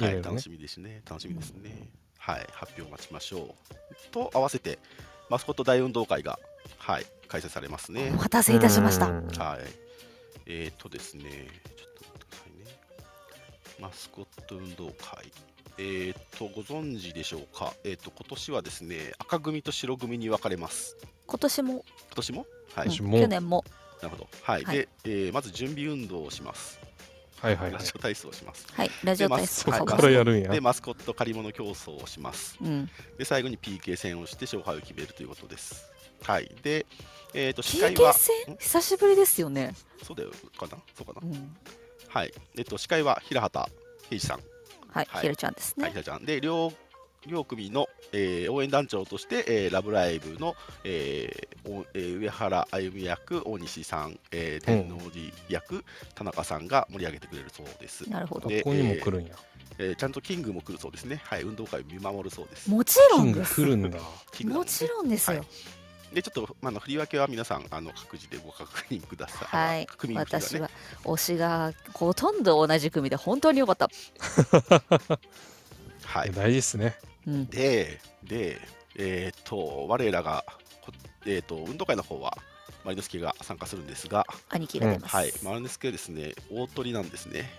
[SPEAKER 1] いろ
[SPEAKER 2] はいい、
[SPEAKER 1] ろ
[SPEAKER 2] 楽
[SPEAKER 1] ね。
[SPEAKER 2] しみですね。楽しみですね。はい、発表を待ちましょう。と合わせて、マスコット大運動会が、はい、開催されますね
[SPEAKER 3] お。待たせいたしました
[SPEAKER 1] うん
[SPEAKER 2] はい。えっ、ー、とですね、ちょっと待ってくださいね。マスコット運動会。えっ、ー、と、ご存知でしょうか。えっ、と、今年はですね、赤組と白組に分かれます。
[SPEAKER 3] 今年も、
[SPEAKER 2] 今年もはい、
[SPEAKER 3] うん
[SPEAKER 1] 私も
[SPEAKER 3] 去年も
[SPEAKER 2] なるほど。はい。
[SPEAKER 3] はい
[SPEAKER 2] で、えーまず準備運動をします。
[SPEAKER 1] はいはい
[SPEAKER 2] ラ
[SPEAKER 1] はい
[SPEAKER 2] ジ。オ体操をします。
[SPEAKER 3] はいラジオ体
[SPEAKER 1] そ
[SPEAKER 3] 操
[SPEAKER 1] っ
[SPEAKER 2] はい
[SPEAKER 1] からやるんや
[SPEAKER 2] で、。マスコット借り物競争をします。
[SPEAKER 3] うん、
[SPEAKER 2] で最後に PK 戦をして勝敗を決めるということです。はい。で、えっ、と、司会
[SPEAKER 3] PK
[SPEAKER 2] は、
[SPEAKER 3] 戦
[SPEAKER 2] ん
[SPEAKER 3] 久しぶりですよね、
[SPEAKER 2] そうだよ、かなそうかな
[SPEAKER 3] うん、
[SPEAKER 2] はい。えっ、と、司会は平畑平治さん、
[SPEAKER 3] はい、
[SPEAKER 2] はい
[SPEAKER 3] ひるちゃんですね、
[SPEAKER 2] はい、平ちゃん。で、両、両組の、えー応援団長として、えーラブライブの、えーおえー上原歩美役、大西さん、えー天王寺役、田中さんが盛り上げてくれるそうです。
[SPEAKER 3] なるほど
[SPEAKER 1] ここにも来るんや。
[SPEAKER 2] えーちゃんとキングも来るそうですね。はい、運動会を見守るそうです。
[SPEAKER 3] もちろ
[SPEAKER 1] 金
[SPEAKER 3] ん
[SPEAKER 1] が
[SPEAKER 3] です
[SPEAKER 1] 来るんだ。
[SPEAKER 2] キングだ
[SPEAKER 3] も
[SPEAKER 2] ね
[SPEAKER 3] ちろんですよ、
[SPEAKER 2] はい、でちょっと、まあ、あの振り分けは皆さんあの各自でご確認ください。
[SPEAKER 3] は
[SPEAKER 2] あ
[SPEAKER 3] い
[SPEAKER 2] 確認くださ
[SPEAKER 3] 私
[SPEAKER 2] いね
[SPEAKER 3] は推しがほとんど同じ組で本当に良かった、
[SPEAKER 2] は
[SPEAKER 1] や
[SPEAKER 2] いい、
[SPEAKER 1] 大事っすね。
[SPEAKER 3] うん、
[SPEAKER 2] で、で、えーっと、我らが、こえーっと、運動会の方は、マリノスケが参加するんですが、
[SPEAKER 3] 兄貴が出ます、
[SPEAKER 2] はい、マリノスケですね、大鳥なんですね、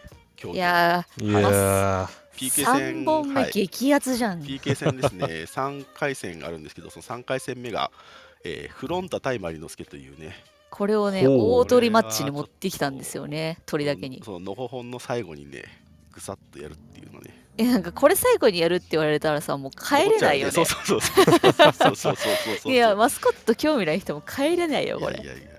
[SPEAKER 2] 今
[SPEAKER 3] い
[SPEAKER 2] 日
[SPEAKER 3] や
[SPEAKER 1] いや
[SPEAKER 3] ー
[SPEAKER 2] PK
[SPEAKER 3] 3
[SPEAKER 2] 戦、
[SPEAKER 3] 本目
[SPEAKER 2] はい、
[SPEAKER 3] 激アツじゃん、
[SPEAKER 2] PK 戦ですね、3回 戦があるんですけど、その3回戦目が、えーフロンタ対マリノスケというね、
[SPEAKER 3] これをね
[SPEAKER 1] ほう
[SPEAKER 3] 大鳥マッチに持ってきたんですよね鳥だけに
[SPEAKER 2] そののほほんの最後にね、ぐさっとやるっていうのね、
[SPEAKER 3] えなんかこれ最後にやるって言われたらさもう帰れないよね
[SPEAKER 2] そうそうそうそうそうそうそうそうそう
[SPEAKER 3] いやマスコット興味ない人も帰れないよこれ
[SPEAKER 2] いやいやいや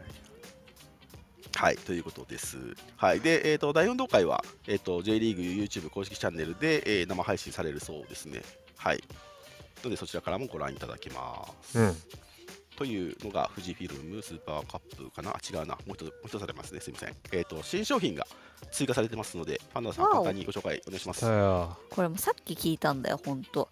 [SPEAKER 2] はいということですはいでえっ、と大運動会はえっ、と J リーグ YouTube 公式チャンネルで、えー生配信されるそうですねはいのでそちらからもご覧いただけます、
[SPEAKER 1] ー。うん。
[SPEAKER 2] というのが富士フィルムスーパーカップかなあ違うなもう一つもう一つありますねすいませんえっ、と新商品が追加されてますのでパンダさん
[SPEAKER 3] わお
[SPEAKER 2] 簡単にご紹介お願いします
[SPEAKER 1] さあ。
[SPEAKER 3] これもさっき聞いたんだよほんと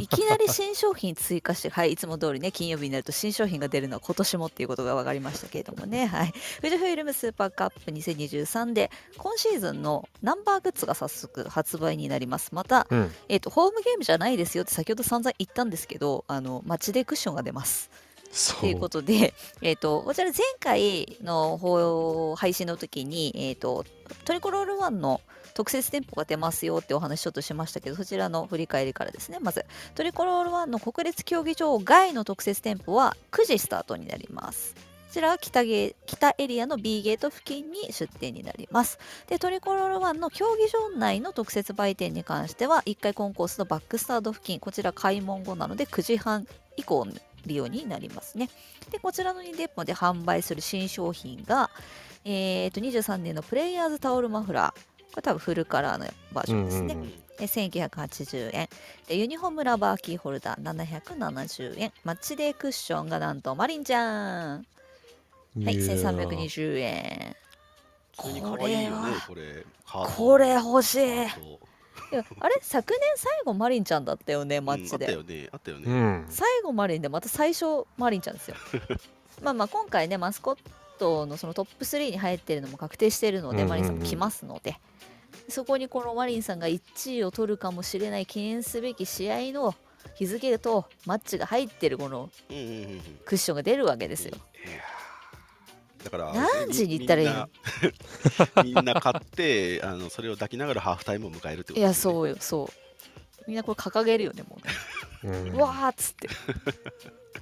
[SPEAKER 3] いきなり新商品追加して、 はい、いつも通りね、金曜日になると新商品が出るのは今年もっていうことが分かりましたけれどもね、はい。富士フイルムスーパーカップ2023で、今シーズンのナンバーグッズが早速発売になります。また、
[SPEAKER 1] うん。
[SPEAKER 3] えっ、と、ホームゲームじゃないですよって先ほど散々言ったんですけど、あの、街でクッションが出ます。
[SPEAKER 1] そ
[SPEAKER 3] という
[SPEAKER 1] う
[SPEAKER 3] こ。とで、 えっとこちら前回の放配信の時に、えっとトリコロール1の特設店舗が出ますよってお話ちょっとしましたけどそちらの振り返りからですねまずトリコロール1の国立競技場外の特設店舗は9時スタートになります。こちらは北ゲ北エリアの B ゲート付近に出店になります。でトリコロール1の競技場内の特設売店に関しては1階コンコースのバックスタート付近こちら開門後なので9時半以降の利用になりますね。でこちらの2店舗で販売する新商品が、えー、と23年のプレイヤーズタオルマフラーこれ多分フルカラーのバージョンですね。
[SPEAKER 1] うんうん
[SPEAKER 3] で1980円でユニフォームラバーキーホルダー770円マッチデークッションがなんとマリンちゃんはい、
[SPEAKER 1] やー
[SPEAKER 3] 1320円。
[SPEAKER 2] 普
[SPEAKER 3] こ
[SPEAKER 2] 通に可愛い
[SPEAKER 3] れ
[SPEAKER 2] よね
[SPEAKER 3] は、
[SPEAKER 2] これ。カード
[SPEAKER 3] これ欲しい。い
[SPEAKER 2] カード
[SPEAKER 3] やあれ、昨年最後マリンちゃんだったよね、マッチで。
[SPEAKER 2] うんあったよね、あったよ
[SPEAKER 1] う
[SPEAKER 2] ね。
[SPEAKER 1] ん。
[SPEAKER 3] 最後マリンで、また最初マリンちゃんですよ。まあまあ、今回ね、マスコットのそのトップ3に入ってるのも確定してる
[SPEAKER 1] うん
[SPEAKER 3] の
[SPEAKER 1] うん
[SPEAKER 3] で、
[SPEAKER 1] うん
[SPEAKER 3] マリンさんも来ますので、そこにこのマリンさんが1位を取るかもしれない記念すべき試合の日付とマッチが入ってるこの
[SPEAKER 2] うんうんうんうん。
[SPEAKER 3] クッションが出るわけですよ。
[SPEAKER 2] だから
[SPEAKER 3] 何時に行ったらいいの
[SPEAKER 2] みんなみ んな買ってあのそれを抱きながらハーフタイムを迎えるってことで
[SPEAKER 3] い
[SPEAKER 2] すね
[SPEAKER 3] や、そうよ、そう。みんなこれ掲げるよね、もうね。
[SPEAKER 1] うん
[SPEAKER 3] うわーっつって。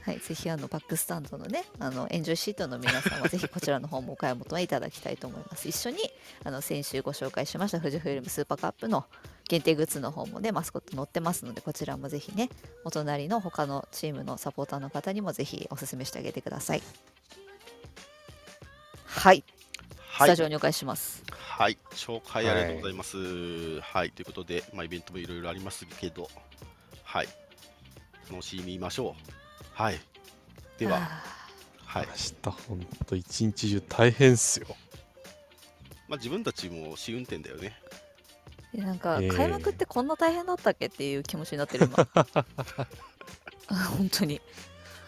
[SPEAKER 3] はい、ぜひあのバックスタンドのねあのエンジョイシートの皆さんはぜひこちらの方もお買い求めいただきたいと思います一緒にあの先週ご紹介しました富士フイルムスーパーカップの限定グッズの方もねマスコット載ってますのでこちらもぜひねお隣の他のチームのサポーターの方にもぜひお勧めしてあげてくださいはい、
[SPEAKER 2] は
[SPEAKER 3] スタ
[SPEAKER 2] い
[SPEAKER 3] ジオにお返しします
[SPEAKER 2] はい紹介ありがとうございますはい、ということでまあイベントもいろいろありますけどはい楽しみましょうはいでは
[SPEAKER 3] あ
[SPEAKER 2] はい
[SPEAKER 1] 明日ほんと一日中大変っすよ。
[SPEAKER 2] まあ自分たちも試運転だよね
[SPEAKER 3] ーでなんか
[SPEAKER 1] えー
[SPEAKER 3] 開幕ってこんな大変だったっけっていう気持ちになってる今 あ本当に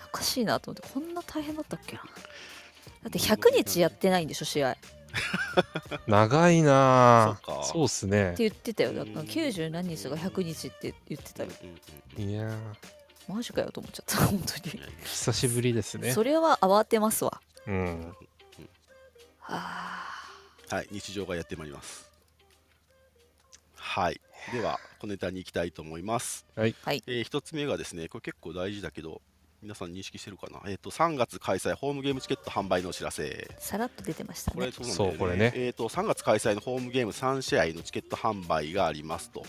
[SPEAKER 3] おかしいなと思ってこんな大変だったっけなだって100日やってないんでしょ試合って
[SPEAKER 1] 長いな
[SPEAKER 2] そう
[SPEAKER 1] ぁ。
[SPEAKER 2] か
[SPEAKER 1] そうっすね。
[SPEAKER 3] 言ってたよだか
[SPEAKER 2] う
[SPEAKER 3] ら
[SPEAKER 2] ん
[SPEAKER 3] 90何日とか100日って言ってたよ
[SPEAKER 2] うんうんうん
[SPEAKER 1] いやー
[SPEAKER 3] マジかよと思っちゃ った本当
[SPEAKER 2] い
[SPEAKER 3] に
[SPEAKER 2] やいや
[SPEAKER 1] 久しぶりですね
[SPEAKER 3] そ。れは慌てますわ
[SPEAKER 1] うん。
[SPEAKER 3] あ
[SPEAKER 2] はい、日常がやってまいります。はい、では、小ネタに行きたいと思います。
[SPEAKER 1] はい
[SPEAKER 3] はい
[SPEAKER 2] えー一つ目がですね、これ結構大事だけど、皆さん認識してるかな。えっ、と、3月開催ホームゲームチケット販売のお知らせ。
[SPEAKER 3] さらっと出てました
[SPEAKER 2] これ
[SPEAKER 3] ね
[SPEAKER 2] そうなんだよ
[SPEAKER 1] そうこれね
[SPEAKER 2] えっ、と、3月開催のホームゲーム3試合のチケット販売がありますと、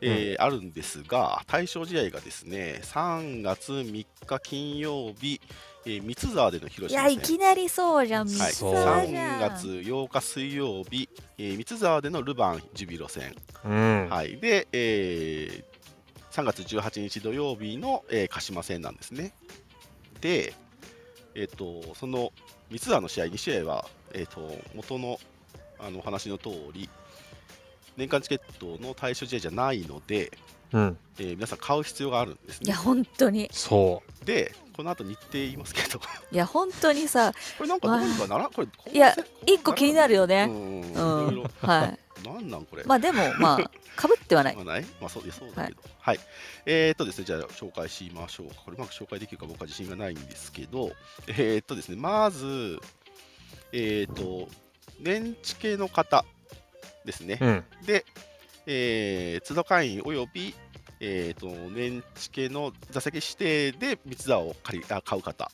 [SPEAKER 2] えーあるんですが、対象試合がですね、3月3日金曜日、えー三ツ沢での広
[SPEAKER 3] い
[SPEAKER 2] 島
[SPEAKER 3] や
[SPEAKER 2] 戦。
[SPEAKER 3] いきなりそうじゃんミ
[SPEAKER 2] はい、
[SPEAKER 3] ス
[SPEAKER 1] そう
[SPEAKER 3] ターじ
[SPEAKER 2] 3
[SPEAKER 3] ゃん、
[SPEAKER 2] 月8日水曜日、えー、三ツ沢でのルヴァンジュビロ戦、
[SPEAKER 1] うん。
[SPEAKER 2] はい、で、えー3月18日土曜日の、えー鹿島戦なんですね。で、えっとその三ツ沢の試合2試合は、えっと元のあのお話の通り年間チケットの対象試合じゃないので、
[SPEAKER 1] うん。
[SPEAKER 2] えー皆さん買う必要があるんです
[SPEAKER 3] いや
[SPEAKER 2] ね。
[SPEAKER 3] 本当に
[SPEAKER 1] そ
[SPEAKER 2] でこの後日程言いますけど こ
[SPEAKER 3] いや本当にさ
[SPEAKER 2] れなんかどうにかならんこれ
[SPEAKER 3] いや一個気になるよ
[SPEAKER 2] ね
[SPEAKER 3] ね
[SPEAKER 2] うんうん、い
[SPEAKER 3] うん、
[SPEAKER 2] ろいろ
[SPEAKER 3] はい
[SPEAKER 2] なんなんこれ、
[SPEAKER 3] まあでもまあかぶってはない
[SPEAKER 2] まあないまあそういやそうだけどはい、えー、っとですねじゃあ紹介しましょうかこれうまく紹介できるか僕は自信がないんですけどえー、っとですねまずえー、っと年知系の方ですね
[SPEAKER 1] う。うん。
[SPEAKER 2] で、えー、津戸会員およびえー、と年知系の座席指定で三ツ沢を借りあ買う方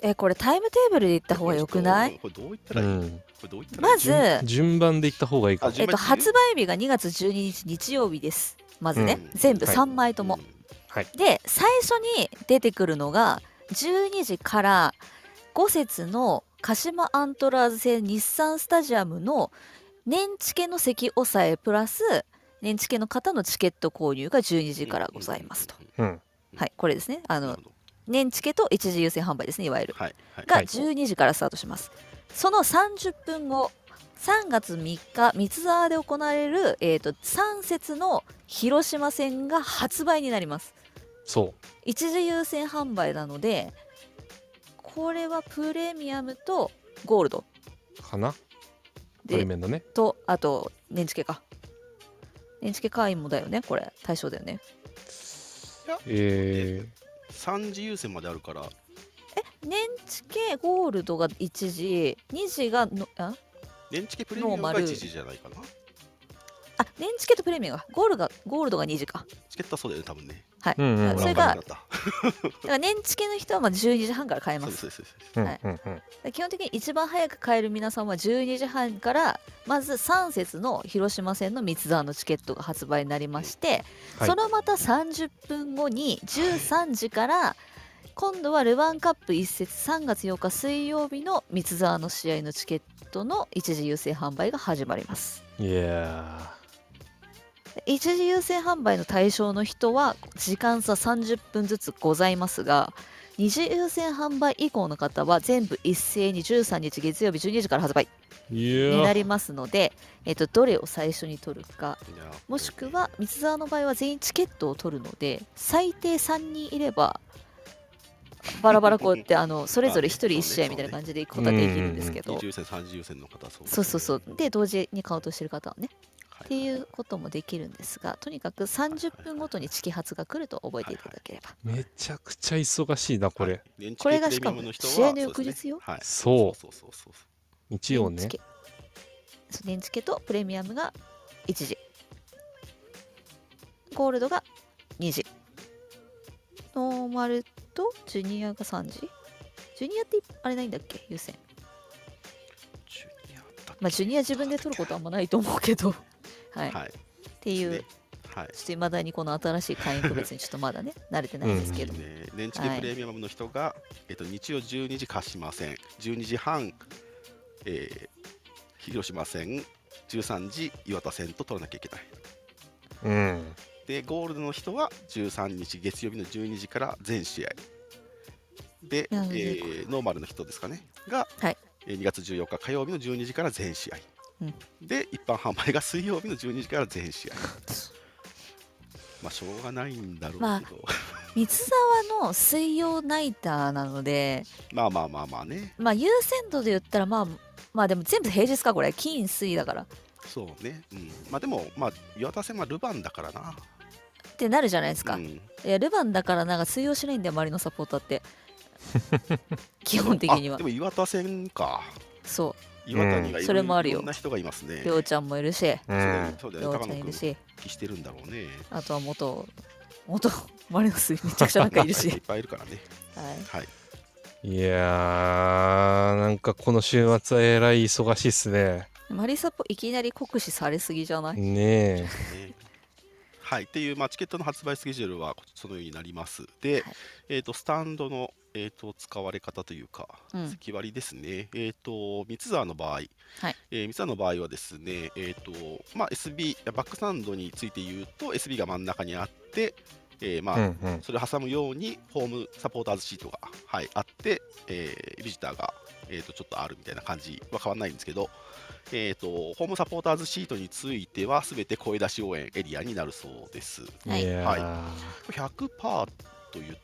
[SPEAKER 3] えこれタイムテーブルで行った方が良くない
[SPEAKER 2] これどう言った
[SPEAKER 1] う
[SPEAKER 2] らいい、こ
[SPEAKER 1] ん。
[SPEAKER 2] れどう言ったらいい
[SPEAKER 3] まず
[SPEAKER 1] 順順番で行った方がいいかも
[SPEAKER 2] あ。
[SPEAKER 3] えっ
[SPEAKER 2] 順番
[SPEAKER 3] と、
[SPEAKER 2] に
[SPEAKER 3] 発売日が2月12日日曜日ですまずね、
[SPEAKER 2] うん
[SPEAKER 3] 全部
[SPEAKER 1] はい
[SPEAKER 3] 3枚と
[SPEAKER 2] う
[SPEAKER 3] も、
[SPEAKER 2] ん
[SPEAKER 3] で最初に出てくるのが12時から5節の鹿島アントラーズ戦日産スタジアムの年チケの席抑えプラス年チケの方のチケット購入が12時からございますと、。
[SPEAKER 1] うん。
[SPEAKER 2] うん
[SPEAKER 3] はいこれですねあ
[SPEAKER 2] な
[SPEAKER 3] の
[SPEAKER 2] るほど
[SPEAKER 3] 年チケと一時優先販売ですねいわゆる
[SPEAKER 2] はいはい
[SPEAKER 3] が
[SPEAKER 1] はい
[SPEAKER 3] 12時からスタートします、その30分後3月3日三沢で行われる、えー、と3節の広島戦が発売になります
[SPEAKER 1] そ
[SPEAKER 3] 一時優先販売なのでこれはプレミアムとゴールド
[SPEAKER 1] う。かな
[SPEAKER 3] で
[SPEAKER 1] 対面だね。
[SPEAKER 3] とあと年チケか年チケ会員もだよねこれ対象だよね
[SPEAKER 1] え
[SPEAKER 2] 3時優先まであるから
[SPEAKER 3] 年チケゴールドが1時2時がのあ
[SPEAKER 2] 電池系プレミアムが1時じゃないかな
[SPEAKER 3] あ年チケとプレミアムがゴールがゴールドが2時か
[SPEAKER 2] チケットはそうだよね多分ね
[SPEAKER 3] はい、
[SPEAKER 1] ー。うんうんうん。
[SPEAKER 3] それ
[SPEAKER 2] が
[SPEAKER 3] がだから年チケの人はまあ12時半から買え
[SPEAKER 2] そ
[SPEAKER 3] ま
[SPEAKER 2] うですそ
[SPEAKER 3] す
[SPEAKER 2] うですそうです
[SPEAKER 1] うんう
[SPEAKER 3] はい
[SPEAKER 1] んうん。
[SPEAKER 3] で基本的に一番早く買える皆さんは12時半からまず3節の広島戦の三沢のチケットが発売になりまして、
[SPEAKER 1] はい
[SPEAKER 3] そのまた30分後に13時から今度はルヴァンカップ1節3月8日水曜日の三沢の試合のチケットの一時優先販売が始まります
[SPEAKER 1] いや
[SPEAKER 3] で一時優先販売の対象の人は時間差30分ずつございますが二次優先販売以降の方は全部一斉に13日月曜日12時から発売
[SPEAKER 1] ー。い
[SPEAKER 3] にな
[SPEAKER 1] やー。
[SPEAKER 3] りますので、えっとどれを最初に取るか
[SPEAKER 2] いやー
[SPEAKER 3] もしくは三沢の場合は全員チケットを取るので最低3人いればバラバラこうやってあのそれぞれ1人1試合みたいな感じで行くことはできるんですけど
[SPEAKER 2] 20優先3時優先の方はそう
[SPEAKER 3] そうそうそううで同時にカウントしてる方はね
[SPEAKER 2] っ
[SPEAKER 3] っていうこともできるんですがとにかく30分ごとにチケ発が来ると覚えていただければ
[SPEAKER 1] めちゃくちゃ忙しいな、これ。
[SPEAKER 3] これがしかも試合の翌日よ
[SPEAKER 2] はい
[SPEAKER 1] そう
[SPEAKER 2] そうそうそうそう
[SPEAKER 1] 日曜ね
[SPEAKER 3] 年チ。ケそう年チケとプレミアムが1時ゴールドが2時ノーマルとジュニアが3時ジュニアってあれないんだっけ優先
[SPEAKER 2] ジュニアだったっけ
[SPEAKER 3] まあジュニア自分で取ることはあんまないと思うけ どはい、っ
[SPEAKER 2] はい
[SPEAKER 3] ていう、
[SPEAKER 2] ねはい
[SPEAKER 3] ちょっといまだにこの新しい会員個別にちょっとまだね慣れてないんですけども、
[SPEAKER 2] ね、電池系プレミアムの人が、えっと、日曜12時貸しません12時半、えー、広島戦13時岩田戦と取らなきゃいけない
[SPEAKER 1] うん。
[SPEAKER 2] でゴールドの人は13日月曜日の12時から全試合で、え
[SPEAKER 3] なるほど
[SPEAKER 2] ーノーマルの人ですかねが、
[SPEAKER 3] はい
[SPEAKER 2] えー2月14日火曜日の12時から全試合、
[SPEAKER 3] うん
[SPEAKER 2] で一般販売が水曜日の12時から全試合まあしょうがないんだろうけど、
[SPEAKER 3] まあ三沢の水曜ナイターなので
[SPEAKER 2] まあまあまあまあね
[SPEAKER 3] まあ優先度で言ったらまあまあでも全部平日かこれ金水だから
[SPEAKER 2] そうね、うん、まあでも、まあ、岩田戦はルヴァンだからな。
[SPEAKER 3] ってなるじゃないですか、
[SPEAKER 2] う
[SPEAKER 3] い
[SPEAKER 2] ん、
[SPEAKER 3] やルヴァンだからなんか通用しないんだよ周りのサポーターって 基本的に
[SPEAKER 2] あ
[SPEAKER 3] は
[SPEAKER 2] でも岩田戦か。
[SPEAKER 3] そ
[SPEAKER 2] 岩田にはいろいろ
[SPEAKER 3] うんそれもあるよ
[SPEAKER 2] いろんな人がいますね。
[SPEAKER 3] うりょうちゃんもいるし
[SPEAKER 1] う
[SPEAKER 2] そうんだね。そうだ
[SPEAKER 3] りょ
[SPEAKER 2] よね。
[SPEAKER 3] うち
[SPEAKER 2] 高
[SPEAKER 3] ゃん
[SPEAKER 2] 野
[SPEAKER 3] いる
[SPEAKER 2] 君
[SPEAKER 3] し
[SPEAKER 2] 復帰してるんだろうね。
[SPEAKER 3] あとは元元マリノス めちゃくちゃなんかいるし
[SPEAKER 2] いっ、ぱいいるからね。
[SPEAKER 3] はい、
[SPEAKER 2] はい。
[SPEAKER 1] いやー、なんかこの週末はえらい忙しいっすね。
[SPEAKER 3] マリサポいきなり酷使されすぎじゃない、
[SPEAKER 1] ね
[SPEAKER 2] ねはい、っていう、まあ、チケットの発売スケジュールはそのようになります。で、
[SPEAKER 3] はい
[SPEAKER 2] えー、とスタンドの、えー、と使われ方というか、
[SPEAKER 3] うん
[SPEAKER 2] 席割りですね、えー、と三ツ沢の場合、はいえー三ツ沢の場合はですね、えーとまあ、SB、バックスタンドについて言うと、SB が真ん中にあって、えーま
[SPEAKER 1] え。
[SPEAKER 2] あ
[SPEAKER 1] うんうん。
[SPEAKER 2] それを挟むように、ホームサポーターズシートが、はい、あって、えービジターが、えー、とちょっとあるみたいな感じは変わらないんですけど、えー、とホームサポーターズシートについては、すべて声出し応援エリアになるそうです。
[SPEAKER 3] はい
[SPEAKER 1] いやー。
[SPEAKER 2] 100%と言っ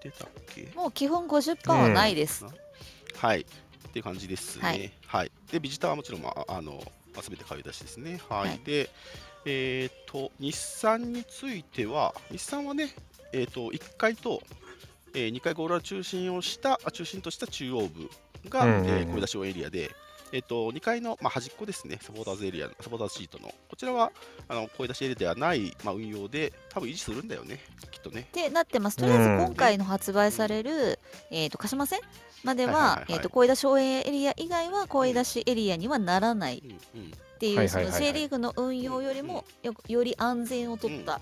[SPEAKER 2] てたっけ
[SPEAKER 3] もう基本50%はないです、
[SPEAKER 2] はい。っていう感じですね。
[SPEAKER 3] は
[SPEAKER 2] はいい。で、ビジターはもちろん、まあ、あの、すべて買い出しですね。はい。
[SPEAKER 3] はい
[SPEAKER 2] で、えっ、と、日産については、日産はね、えっ、と、1階と、え2階ゴールラ中心をした、あ中心とした中央部が、
[SPEAKER 1] うんうんうん
[SPEAKER 2] えー声出し応援エリアで、えっ、と、2階の、まあ、端っこですね、サポーターズエリア、サポーターズシートの、こちらは、あの、声出しエリアではない、まあ、運用で、多分維持するんだよね、きっとね。
[SPEAKER 3] ってなってますとりあえず
[SPEAKER 1] うん
[SPEAKER 3] 今回の発売される、えー、と鹿島線まで
[SPEAKER 2] はいはい
[SPEAKER 3] は
[SPEAKER 2] はい
[SPEAKER 3] え
[SPEAKER 2] はい
[SPEAKER 3] ーと声出し応援エリア以外は声出しエリアにはならない
[SPEAKER 2] うんうん。
[SPEAKER 3] ってい
[SPEAKER 1] は
[SPEAKER 3] う
[SPEAKER 1] い
[SPEAKER 3] そ
[SPEAKER 1] はいはい
[SPEAKER 3] の
[SPEAKER 1] はい
[SPEAKER 3] J リーグの運用よりもよより安全をとった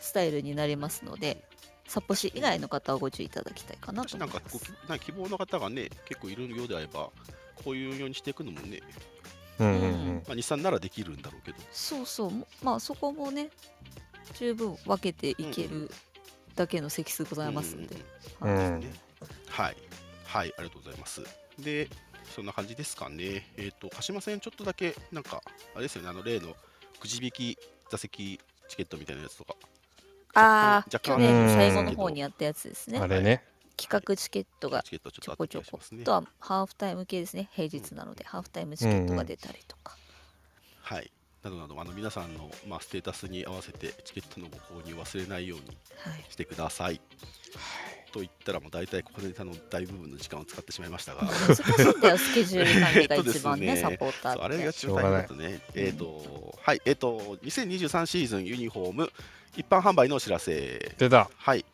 [SPEAKER 3] スタイルになりますので札幌市以外の方はご注意いただきたいかなと
[SPEAKER 2] 私な
[SPEAKER 3] 思
[SPEAKER 2] ん
[SPEAKER 3] い
[SPEAKER 2] か
[SPEAKER 3] ま
[SPEAKER 2] こう
[SPEAKER 3] す
[SPEAKER 2] きなんか希望の方がね結構いるようであればこういうようにしていくのもね、
[SPEAKER 1] うんうんうん。
[SPEAKER 2] まあ、日産ならできるんだろうけど
[SPEAKER 3] そうそうもまあそこもね十分分けていけるだけの席数ございますんで
[SPEAKER 2] うんうんうん
[SPEAKER 1] うん
[SPEAKER 2] ねはいはいありがとうございますでそんな感じですかね。えっ、と、鹿島戦ちょっとだけ、なんか、あれですよね、あの例のくじ引き座席チケットみたいなやつとか。
[SPEAKER 3] ああ、
[SPEAKER 2] 若
[SPEAKER 3] 去
[SPEAKER 2] 干
[SPEAKER 3] 年の最
[SPEAKER 1] う
[SPEAKER 3] 後
[SPEAKER 1] ん
[SPEAKER 3] の方にやったやつですね
[SPEAKER 1] あ。れね。
[SPEAKER 3] 企画チケットが
[SPEAKER 2] チケットち
[SPEAKER 3] ち
[SPEAKER 2] ょっと
[SPEAKER 3] ょ
[SPEAKER 2] あ
[SPEAKER 3] こ
[SPEAKER 2] った気
[SPEAKER 3] ちょ
[SPEAKER 2] がし
[SPEAKER 3] こ
[SPEAKER 2] ますね
[SPEAKER 3] っ。と、ハーフタイム系ですね。平日なので、ハーフタイムチケットが出たりとか。
[SPEAKER 2] はい。などなど、あの皆さんの、まあ、ステータスに合わせてチケットのご購入忘れないように
[SPEAKER 3] はい。
[SPEAKER 2] してください。と言ったら、もう大体ここであの大部分の時間を使ってしまいま したが。
[SPEAKER 3] 難しいんだよ、スケジュール管理が
[SPEAKER 2] えっとですね
[SPEAKER 3] 一番ね、サポー タ
[SPEAKER 2] そうあ
[SPEAKER 3] ーっ
[SPEAKER 2] れが
[SPEAKER 3] て。
[SPEAKER 2] 一番大変だったね。えっ、と、はい、えっ、と、2023シーズンユニフォーム一般販売のお知らせ。
[SPEAKER 1] 出た。
[SPEAKER 2] はい、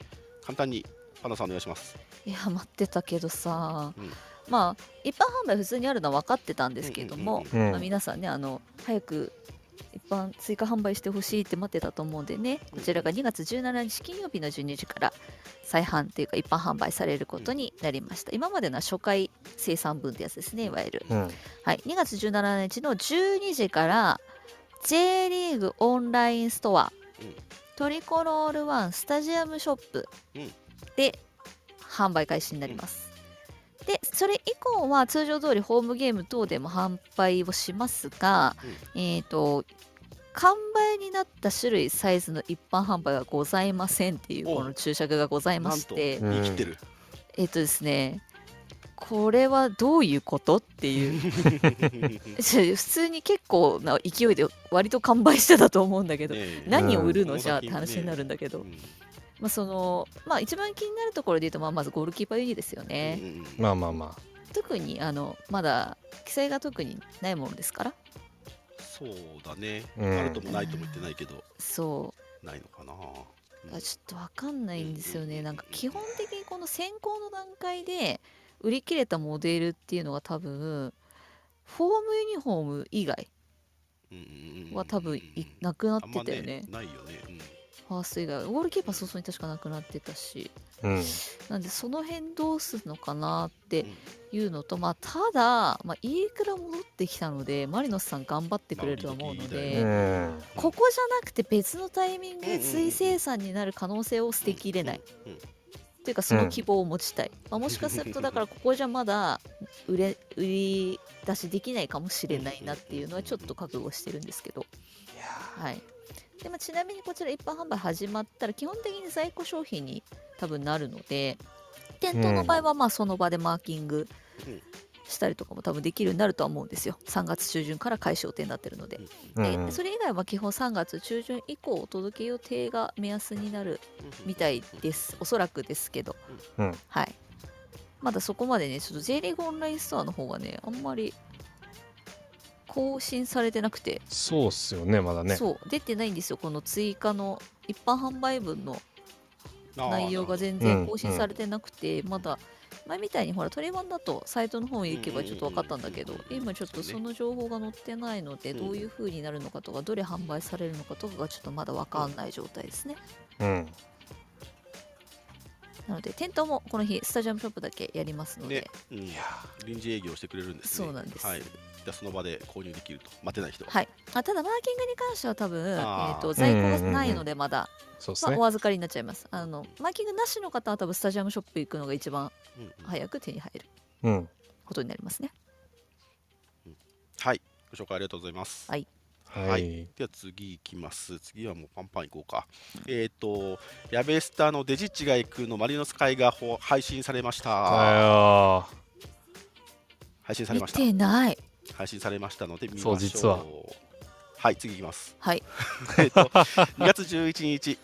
[SPEAKER 2] 簡単にパナさんお願いします。
[SPEAKER 3] いや、待ってたけどさ、
[SPEAKER 2] うん
[SPEAKER 3] まあ、一般販売普通にあるのは分かってたんですけども、
[SPEAKER 2] うんうんうん
[SPEAKER 1] うん
[SPEAKER 3] まあ、。皆さんねあの早く一般追加販売してほしいって待ってたと思うんでねこちらが2月17日金曜日の12時から再販というか一般販売されることになりました今までのは初回生産分ってやつですねいわゆる、
[SPEAKER 1] うん。
[SPEAKER 3] はい、2月17日の12時から J リーグオンラインストア、
[SPEAKER 2] うん
[SPEAKER 3] トリコロールワンスタジアムショップ
[SPEAKER 2] うん
[SPEAKER 3] で販売開始になります、でそれ以降は通常通りホームゲーム等でも販売をしますが、えっ、と完売になった種類サイズの一般販売はございませんっていう
[SPEAKER 2] お
[SPEAKER 3] この注釈がございまして
[SPEAKER 1] なん
[SPEAKER 2] 言い切ってる。
[SPEAKER 3] えっ、とですねこれはどういうことっていう 普通に結構な勢いで割と完売してたと思うんだけど、 何を売るの、じゃあって話になるんだけ
[SPEAKER 2] け
[SPEAKER 3] ど、まあそのまあ一番気になるところで言うとまあまずゴールキーパーユニですよね、
[SPEAKER 1] まあまあま
[SPEAKER 3] 特にあのまだ記載が特にないものですから
[SPEAKER 2] そうだね、
[SPEAKER 1] うん
[SPEAKER 2] あるともないとも言ってないけど、
[SPEAKER 3] そ
[SPEAKER 2] ないのかな。
[SPEAKER 3] うあちょっとわかんないんですよ
[SPEAKER 2] う
[SPEAKER 3] ね
[SPEAKER 2] ん
[SPEAKER 3] なんか基本的にこの選考の段階で売り切れたモデルっていうのが多分フォームユニフォーム以外は多分いなくなっ
[SPEAKER 2] あん
[SPEAKER 3] て
[SPEAKER 2] ま
[SPEAKER 3] たよね
[SPEAKER 2] ないよね。うん
[SPEAKER 3] ファースト以外ゴールキーパー早々に確かなくなってたし
[SPEAKER 1] あ。うん。
[SPEAKER 3] なんでその辺どうするのかなって
[SPEAKER 2] うん
[SPEAKER 3] いうのと、まあ、ただ、まあ、イークラ戻ってきたのでマリノスさん頑張ってくれるとは思うの
[SPEAKER 2] まあ
[SPEAKER 3] で、
[SPEAKER 2] え
[SPEAKER 1] うん。
[SPEAKER 3] ここじゃなくて別のタイミン
[SPEAKER 2] うん
[SPEAKER 3] グで
[SPEAKER 2] うんうん
[SPEAKER 3] 追生産になる可能性を捨てきれない、
[SPEAKER 2] うんうん
[SPEAKER 3] というかその希望を持ちたい、まあ、もしかするとだからここじゃまだ売れ売り出しできないかもしれないなっていうのはちょっと覚悟してるんですけど。はいでまあ、ちなみにこちら一般販売始まったら基本的に在庫商品に多分なるので店頭の場合はまあその場でマーキング
[SPEAKER 2] うん
[SPEAKER 3] したりとかも多分できるようになるとは思うんですよ3月中旬から開始予定になってるので
[SPEAKER 1] う
[SPEAKER 3] で
[SPEAKER 1] んうん
[SPEAKER 3] それ以外は基本3月中旬以降お届け予定が目安になるみたいですおそらくですけど、
[SPEAKER 1] うん
[SPEAKER 3] はいまだそこまでねちょっと J リーグオンラインストアの方がねあんまり更新されてなくて、
[SPEAKER 1] そうっすよね、まだね。
[SPEAKER 3] そう出てないんですよこの追加の一般販売分の
[SPEAKER 2] あー
[SPEAKER 3] 内容が全
[SPEAKER 1] うん
[SPEAKER 3] 然更新されてなくて、まだ前みたいにほらトレワンだとサイトの方に行けばちょっと分かったんだけど
[SPEAKER 2] うんうんうんうん
[SPEAKER 3] 今ちょっとその情報が載ってないので
[SPEAKER 2] うん
[SPEAKER 3] どういう風になるのかとかどれ販売されるのかとかがちょっとまだ分かんない状態ですね
[SPEAKER 1] うん。
[SPEAKER 3] なので店頭もこの日スタジアムショップだけやりますので、
[SPEAKER 2] ねうん
[SPEAKER 1] いや
[SPEAKER 2] 臨時営業してくれるんですね。
[SPEAKER 3] そうなんです
[SPEAKER 2] はい。じゃあその場で購入できると待てない人は。
[SPEAKER 3] はい、あただマーキングに関しては多分、え
[SPEAKER 2] あー
[SPEAKER 3] ー、と在庫がないのでまだ、
[SPEAKER 1] そうっ
[SPEAKER 3] ますあ、
[SPEAKER 1] ね
[SPEAKER 3] お。預かりになっちゃいますあのマーキングなしの方は多分スタジアムショップ行くのが一番
[SPEAKER 2] うんうん
[SPEAKER 3] 早く手に入る
[SPEAKER 1] うん。
[SPEAKER 3] ことになりますね
[SPEAKER 2] はい。ご紹介ありがとうございます。
[SPEAKER 3] はい
[SPEAKER 2] は
[SPEAKER 1] はいい。
[SPEAKER 2] では次いきます。次はもうパンパンいこうか。えっ、と、矢部スターのデジッチが行くのマリノス会がほ配信されました。
[SPEAKER 1] ああ。
[SPEAKER 2] 配信され
[SPEAKER 3] 見
[SPEAKER 2] ました。
[SPEAKER 3] てない
[SPEAKER 2] 配信されましたので見ましょ。
[SPEAKER 1] そうう実は
[SPEAKER 2] はい、次いきます。
[SPEAKER 3] はい
[SPEAKER 2] えっと、2月11日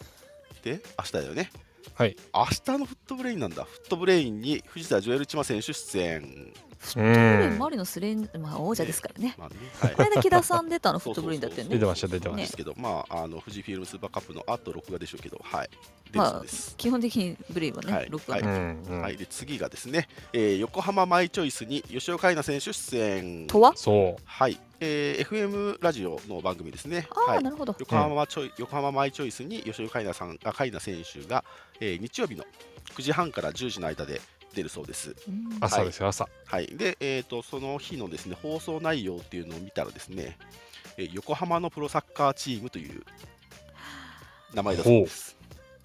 [SPEAKER 2] で明日だよね。
[SPEAKER 1] はい。
[SPEAKER 2] 明日のフットブレインなんだ。フットブレインに藤田ジュエルチマ選手出演。
[SPEAKER 1] う
[SPEAKER 3] これ
[SPEAKER 1] ん。
[SPEAKER 3] マリノスレン、まあ、王者ですからね。
[SPEAKER 2] まあね、はい
[SPEAKER 3] こ。の間、木田さん出たの、フ
[SPEAKER 2] そう
[SPEAKER 3] ッ
[SPEAKER 2] そ
[SPEAKER 3] ト
[SPEAKER 2] う
[SPEAKER 3] ブリーンだったよ
[SPEAKER 1] 出
[SPEAKER 3] ね
[SPEAKER 1] て。ました出てま
[SPEAKER 3] した
[SPEAKER 2] ですけど、まあ、あの富士フィルムスーパーカップのあと録画でしょうけど、はい、で
[SPEAKER 3] まあ
[SPEAKER 2] です。
[SPEAKER 3] 基本的にブレインは
[SPEAKER 2] は
[SPEAKER 3] ね
[SPEAKER 2] い、
[SPEAKER 3] 録
[SPEAKER 2] は
[SPEAKER 3] 画
[SPEAKER 2] い
[SPEAKER 1] うん
[SPEAKER 3] ね。
[SPEAKER 1] うん。
[SPEAKER 2] はい、で次がですね、えー横浜マイチョイスに吉岡里奈選手出演。
[SPEAKER 3] とは
[SPEAKER 1] そう。
[SPEAKER 2] はい、えー FM ラジオの番組ですね。
[SPEAKER 3] あ
[SPEAKER 2] は
[SPEAKER 3] あ、
[SPEAKER 2] い
[SPEAKER 3] なるほど。
[SPEAKER 2] 横浜ちょい横浜マイチョイスに吉岡里奈さんあ海奈選手が、えー日曜日の9時半から10時の間で出るそうです。
[SPEAKER 3] うん
[SPEAKER 1] 朝ですよ朝。
[SPEAKER 2] はい、で、えー、とその日のですね放送内容っていうのを見たらですね、えー横浜のプロサッカーチームという名前だそうです。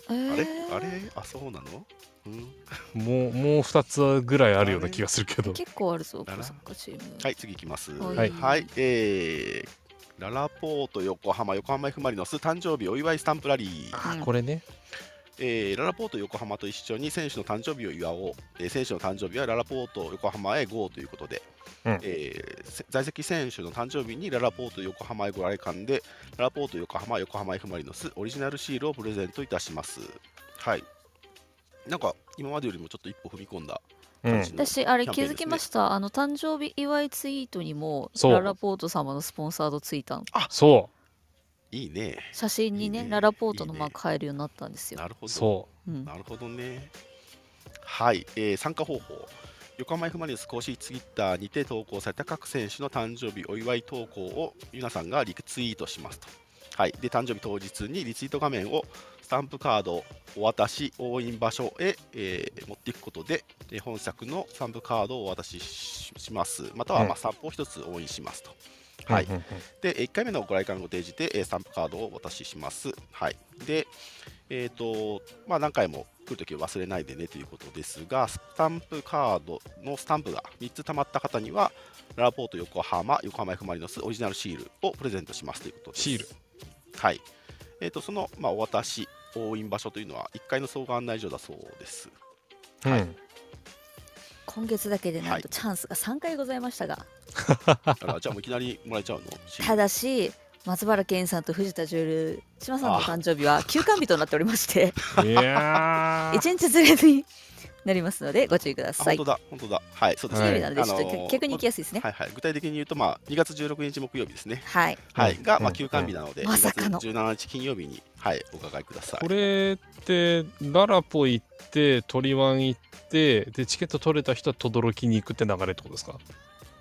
[SPEAKER 2] あれ
[SPEAKER 3] えー
[SPEAKER 2] あれあそうなのうん
[SPEAKER 1] もう、もう二つぐらいあるような気がするけど。
[SPEAKER 3] 結構あるぞ、
[SPEAKER 2] だな
[SPEAKER 3] 黒サッカーチーム。
[SPEAKER 2] はい、次いきます。
[SPEAKER 3] はい
[SPEAKER 2] はい、えー、ララポート横浜、横浜 F ・マリノス誕生日お祝いスタンプラリー。
[SPEAKER 1] あ
[SPEAKER 3] うん
[SPEAKER 1] これね。
[SPEAKER 2] えーララポート横浜と一緒に選手の誕生日を祝おう、えー選手の誕生日はララポート横浜へ GO ということで、
[SPEAKER 1] うん
[SPEAKER 2] えーせ在籍選手の誕生日にララポート横浜へご来館でララポート横浜横浜 F ・マリノスオリジナルシールをプレゼントいたしますはいなんか今までよりもちょっと一歩踏み込んだ
[SPEAKER 1] うん
[SPEAKER 2] 感。じの
[SPEAKER 3] 私、あれ
[SPEAKER 2] キャンペ
[SPEAKER 3] 気
[SPEAKER 2] ーンです
[SPEAKER 3] づ
[SPEAKER 2] ね
[SPEAKER 3] きました。あの、誕生日祝いツイートにも、
[SPEAKER 1] そう
[SPEAKER 3] ララポート様のスポンサードついたの。
[SPEAKER 1] そ
[SPEAKER 2] いいね
[SPEAKER 3] 写真に
[SPEAKER 2] いい
[SPEAKER 3] ね
[SPEAKER 2] ね、
[SPEAKER 3] ララポートの
[SPEAKER 2] いいね
[SPEAKER 3] マーク変えるようになったんですよ。
[SPEAKER 2] なるほ
[SPEAKER 1] う。
[SPEAKER 2] ど
[SPEAKER 1] そ
[SPEAKER 3] うん
[SPEAKER 2] なるほどね。はい、えー参加方法。横浜 F ・マリノス公式ツイッターにて投稿された各選手の誕生日お祝い投稿をゆなさんがリツイートしますと。はい、で誕生日当日にリツイート画面をスタンプカードお渡し応援場所へ、えー持っていくことで、えー本作のスタンプカードをお渡しししますまたは、
[SPEAKER 1] うん
[SPEAKER 2] まあ、スタンプを一つ応援しますと。
[SPEAKER 1] う。
[SPEAKER 2] はい
[SPEAKER 1] うんうん
[SPEAKER 2] で、1回目のご来館ご提示で、えースタンプカードをお渡しします。はい。で、えっ、と、まあ、何回も来るとき忘れないでねということですが、スタンプカードのスタンプが3つ溜まった方には、ララポート横浜、横浜 F ・マリノスオリジナルシールをプレゼントしますということです。
[SPEAKER 1] シール
[SPEAKER 2] はい。えっ、と、その、まあ、お渡し、応印場所というのは、1階の総合案内所だそう です。
[SPEAKER 1] うん。
[SPEAKER 2] はい
[SPEAKER 1] うん
[SPEAKER 3] 今月だけでな
[SPEAKER 2] は
[SPEAKER 3] ん
[SPEAKER 2] い
[SPEAKER 3] とチャンスが3回ございましたが、
[SPEAKER 2] だから、じゃあもういきなりもらえちゃうのシール
[SPEAKER 3] ただし、松原健さんと藤田ジュエル、島さんの
[SPEAKER 2] あ
[SPEAKER 3] 誕生日は休館日となっておりま して、
[SPEAKER 1] いや
[SPEAKER 3] 1
[SPEAKER 1] ー。
[SPEAKER 3] 日ずれになりますので、ご注意くだ
[SPEAKER 2] あ
[SPEAKER 3] さ
[SPEAKER 2] 本
[SPEAKER 3] い
[SPEAKER 2] 当。だ、本当だ。はい、そうです
[SPEAKER 3] 月
[SPEAKER 2] ね。
[SPEAKER 3] 曜日なので、ちょっ
[SPEAKER 2] あの
[SPEAKER 3] と
[SPEAKER 2] ー
[SPEAKER 3] 逆に行きやすいですね。
[SPEAKER 2] はいはい、具体的に言うと、まあ、2月16日木曜日ですね、
[SPEAKER 3] はい。
[SPEAKER 2] はい
[SPEAKER 1] うん
[SPEAKER 2] が、
[SPEAKER 1] う
[SPEAKER 2] まあ、
[SPEAKER 1] ん
[SPEAKER 2] 休館日なので、
[SPEAKER 3] まさかの
[SPEAKER 2] 2月17日金曜日に、はい、お伺いください。
[SPEAKER 1] これって、ララポ行って、トリワン行って、で、チケット取れた人は轟に行くって流れってことですか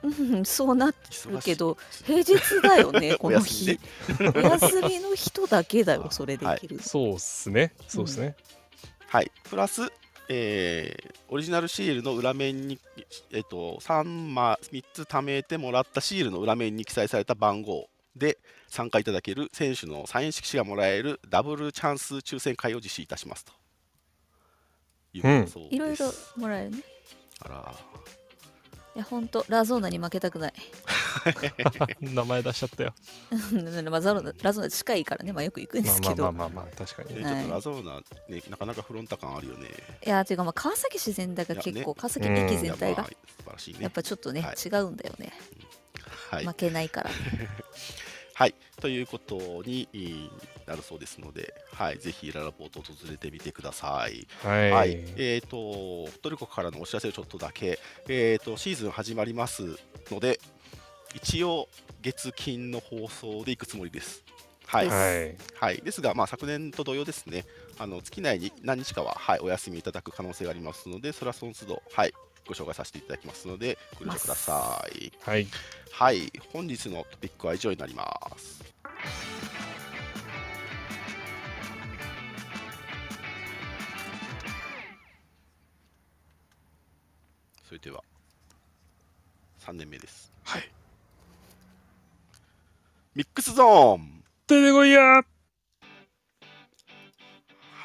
[SPEAKER 3] うん、そうなる
[SPEAKER 2] 忙しい
[SPEAKER 3] けど、平日だよ ね、こ
[SPEAKER 2] お
[SPEAKER 3] の
[SPEAKER 2] 休みね。
[SPEAKER 3] 日お休みの人だけだよ、
[SPEAKER 2] あ
[SPEAKER 3] それできる。
[SPEAKER 1] そうっすね。そうっすね。
[SPEAKER 2] はい、プラス、えーオリジナルシールの裏面に、えっと 3, ま3つ貯めてもらったシールの裏面に記載された番号で参加いただける選手のサイン色紙がもらえるダブルチャンス抽選会を実施いたしますと。いうことだそうです
[SPEAKER 3] いろいろもらえるね。
[SPEAKER 2] あら
[SPEAKER 3] いや、ほんと、ラゾーナに負けたくない。
[SPEAKER 1] 名前出しちゃったよ。
[SPEAKER 3] まあ、ザロナラゾーナ近いからね、まあ、よく行くんで
[SPEAKER 1] ますあ
[SPEAKER 3] け
[SPEAKER 1] まあ
[SPEAKER 3] ど。
[SPEAKER 1] まあまあまあ、確かにね。
[SPEAKER 2] ね
[SPEAKER 3] は
[SPEAKER 2] ちょっ
[SPEAKER 3] い
[SPEAKER 2] とラゾーナ、ね、なかなかフロンタ感あるよね。
[SPEAKER 3] いや、というか、まあ、川崎市全体が
[SPEAKER 2] いや
[SPEAKER 3] 結
[SPEAKER 2] ね
[SPEAKER 3] 構、川崎駅
[SPEAKER 2] いや
[SPEAKER 3] 全体
[SPEAKER 2] まあ
[SPEAKER 3] が、
[SPEAKER 2] 素晴らしいね。
[SPEAKER 3] やっぱちょっとね
[SPEAKER 2] はい、
[SPEAKER 3] 違うんだよね。
[SPEAKER 2] はい
[SPEAKER 3] 負、けないから。
[SPEAKER 2] はい、ということにえーなるそうですので、はい、ぜひララポートを訪れてみてください。
[SPEAKER 1] はい。
[SPEAKER 2] はい、えっ、とトルコからのお知らせをちょっとだけ、えっ、とシーズン始まりますので、一応月金の放送で行くつもりです。はい、
[SPEAKER 3] です
[SPEAKER 1] はい。
[SPEAKER 2] はい、ですが、まあ、昨年と同様ですね、あの月内に何日かは、はい、お休みいただく可能性がありますので、それはその都度、はい、ご紹介させていただきますので、ご了承ください。
[SPEAKER 1] はい。
[SPEAKER 2] はい、本日のトピックは以上になります。それでは3年目です。はい。ミックスゾーン
[SPEAKER 1] 出てこいやー